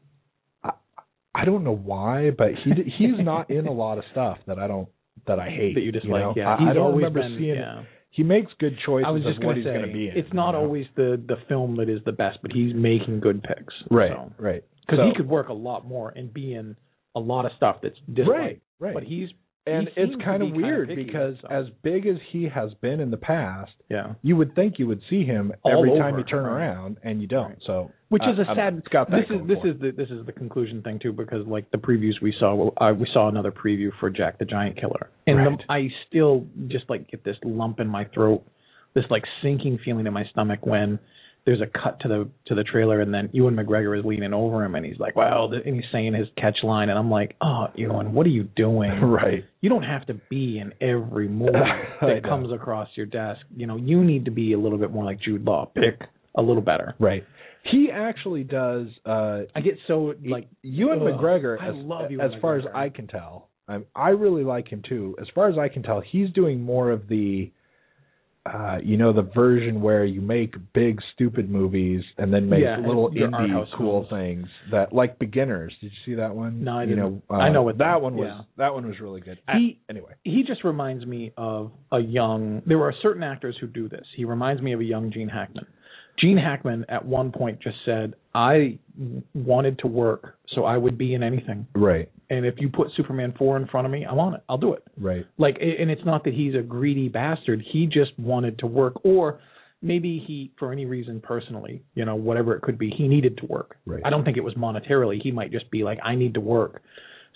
B: I don't know why, but he d- he's not in a lot of stuff that I don't that I hate.
D: That you dislike.
B: know?
D: yeah.
B: I, I
D: He's
B: don't
D: always
B: remember
D: been-
B: seeing it.
D: yeah.
B: he makes good choices
D: I was just
B: of what
D: gonna
B: he's
D: say,
B: going to be in.
D: it's not
B: you know?
D: always the the film that is the best, but he's making good picks.
B: right,
D: Because
B: right.
D: he could work a lot more and be in a lot of stuff that's disliked.
B: right, right.
D: But he's
B: and
D: he
B: it's
D: seems to
B: kind
D: be
B: of
D: kinda
B: weird
D: picky,
B: because
D: so.
B: as big as he has been in the past,
D: yeah,
B: you would think you would see him
D: All
B: every
D: over,
B: time you turn
D: right.
B: around, and you don't.
D: Right.
B: So,
D: which
B: I-
D: is a
B: I don't know.
D: sad.
B: It's got that
D: this is
B: going
D: this
B: for it.
D: is the this is the conclusion thing too because like the previews we saw uh, we saw another preview for Jack the Giant Killer and the-
B: Right.
D: I still just like get this lump in my throat this like sinking feeling in my stomach when there's a cut to the to the trailer and then Ewan McGregor is leaning over him and he's like wow th- and he's saying his catch line and I'm like oh Ewan what are you doing
B: right.
D: you don't have to be in every movie
B: I
D: that
B: know.
D: comes across your desk you know you need to be a little bit more like Jude Law pick a little better
B: Right. He actually does. uh
D: I get so like
B: Like Ewan
D: ugh,
B: McGregor,
D: I
B: as,
D: love Ewan
B: as far as
D: McGregor.
B: I can tell, I, I really like him too. As far as I can tell, he's doing more of the, uh, you know, the version where you make big stupid movies and then make
D: Yeah,
B: little
D: your art
B: indie
D: house
B: cool
D: films.
B: things that like beginners. Did you see that one?
D: No, I
B: You know,
D: didn't.
B: uh,
D: I know what that-
B: that one was.
D: yeah.
B: That one was really good.
D: He-
B: I- anyway,
D: he just reminds me of a young there are certain actors who do this he reminds me of a young gene hackman gene hackman at one point just said i w- wanted to work so i would be in anything
B: right,
D: and if you put superman 4 in front of me i'm on it i'll do it
B: right,
D: like a- and it's not that he's a greedy bastard he just wanted to work or maybe he, for any reason personally, you know, whatever it could be, he needed to work.
B: Right.
D: I don't think it was monetarily. He might just be like, I need to work.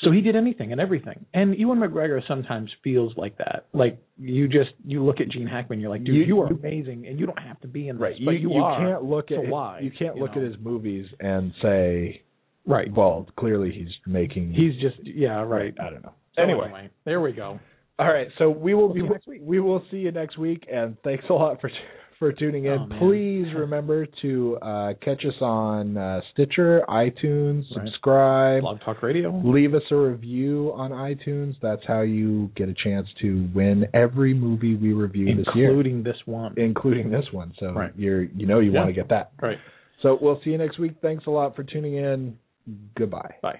D: So he did anything and everything. And Ewan McGregor sometimes feels like that. Like you just you look at Gene Hackman, you're like, dude,
B: You-
D: you, are amazing, and you don't have to be in this,
B: Right.
D: but
B: you,
D: you,
B: you
D: are.
B: can't look
D: So
B: at
D: why,
B: you can't
D: you
B: look
D: know?
B: at his movies and say,
D: right.
B: well, clearly he's making
D: He's just yeah, right.
B: I don't know.
D: So
B: anyway,
D: there we go.
B: all right. So we will
D: We'll
B: be
D: see you next week.
B: we will see you next week, and thanks a lot for for tuning in.
D: Oh, man.
B: Please remember to uh, catch us on uh, Stitcher, iTunes,
D: Right.
B: subscribe.
D: Blog Talk Radio.
B: Leave us a review on iTunes. That's how you get a chance to win every movie we review this year,
D: including this one.
B: including this one. So
D: Right.
B: you're you know you
D: Yeah.
B: want to get that.
D: Right.
B: So we'll see you next week. Thanks a lot for tuning in. Goodbye.
D: Bye.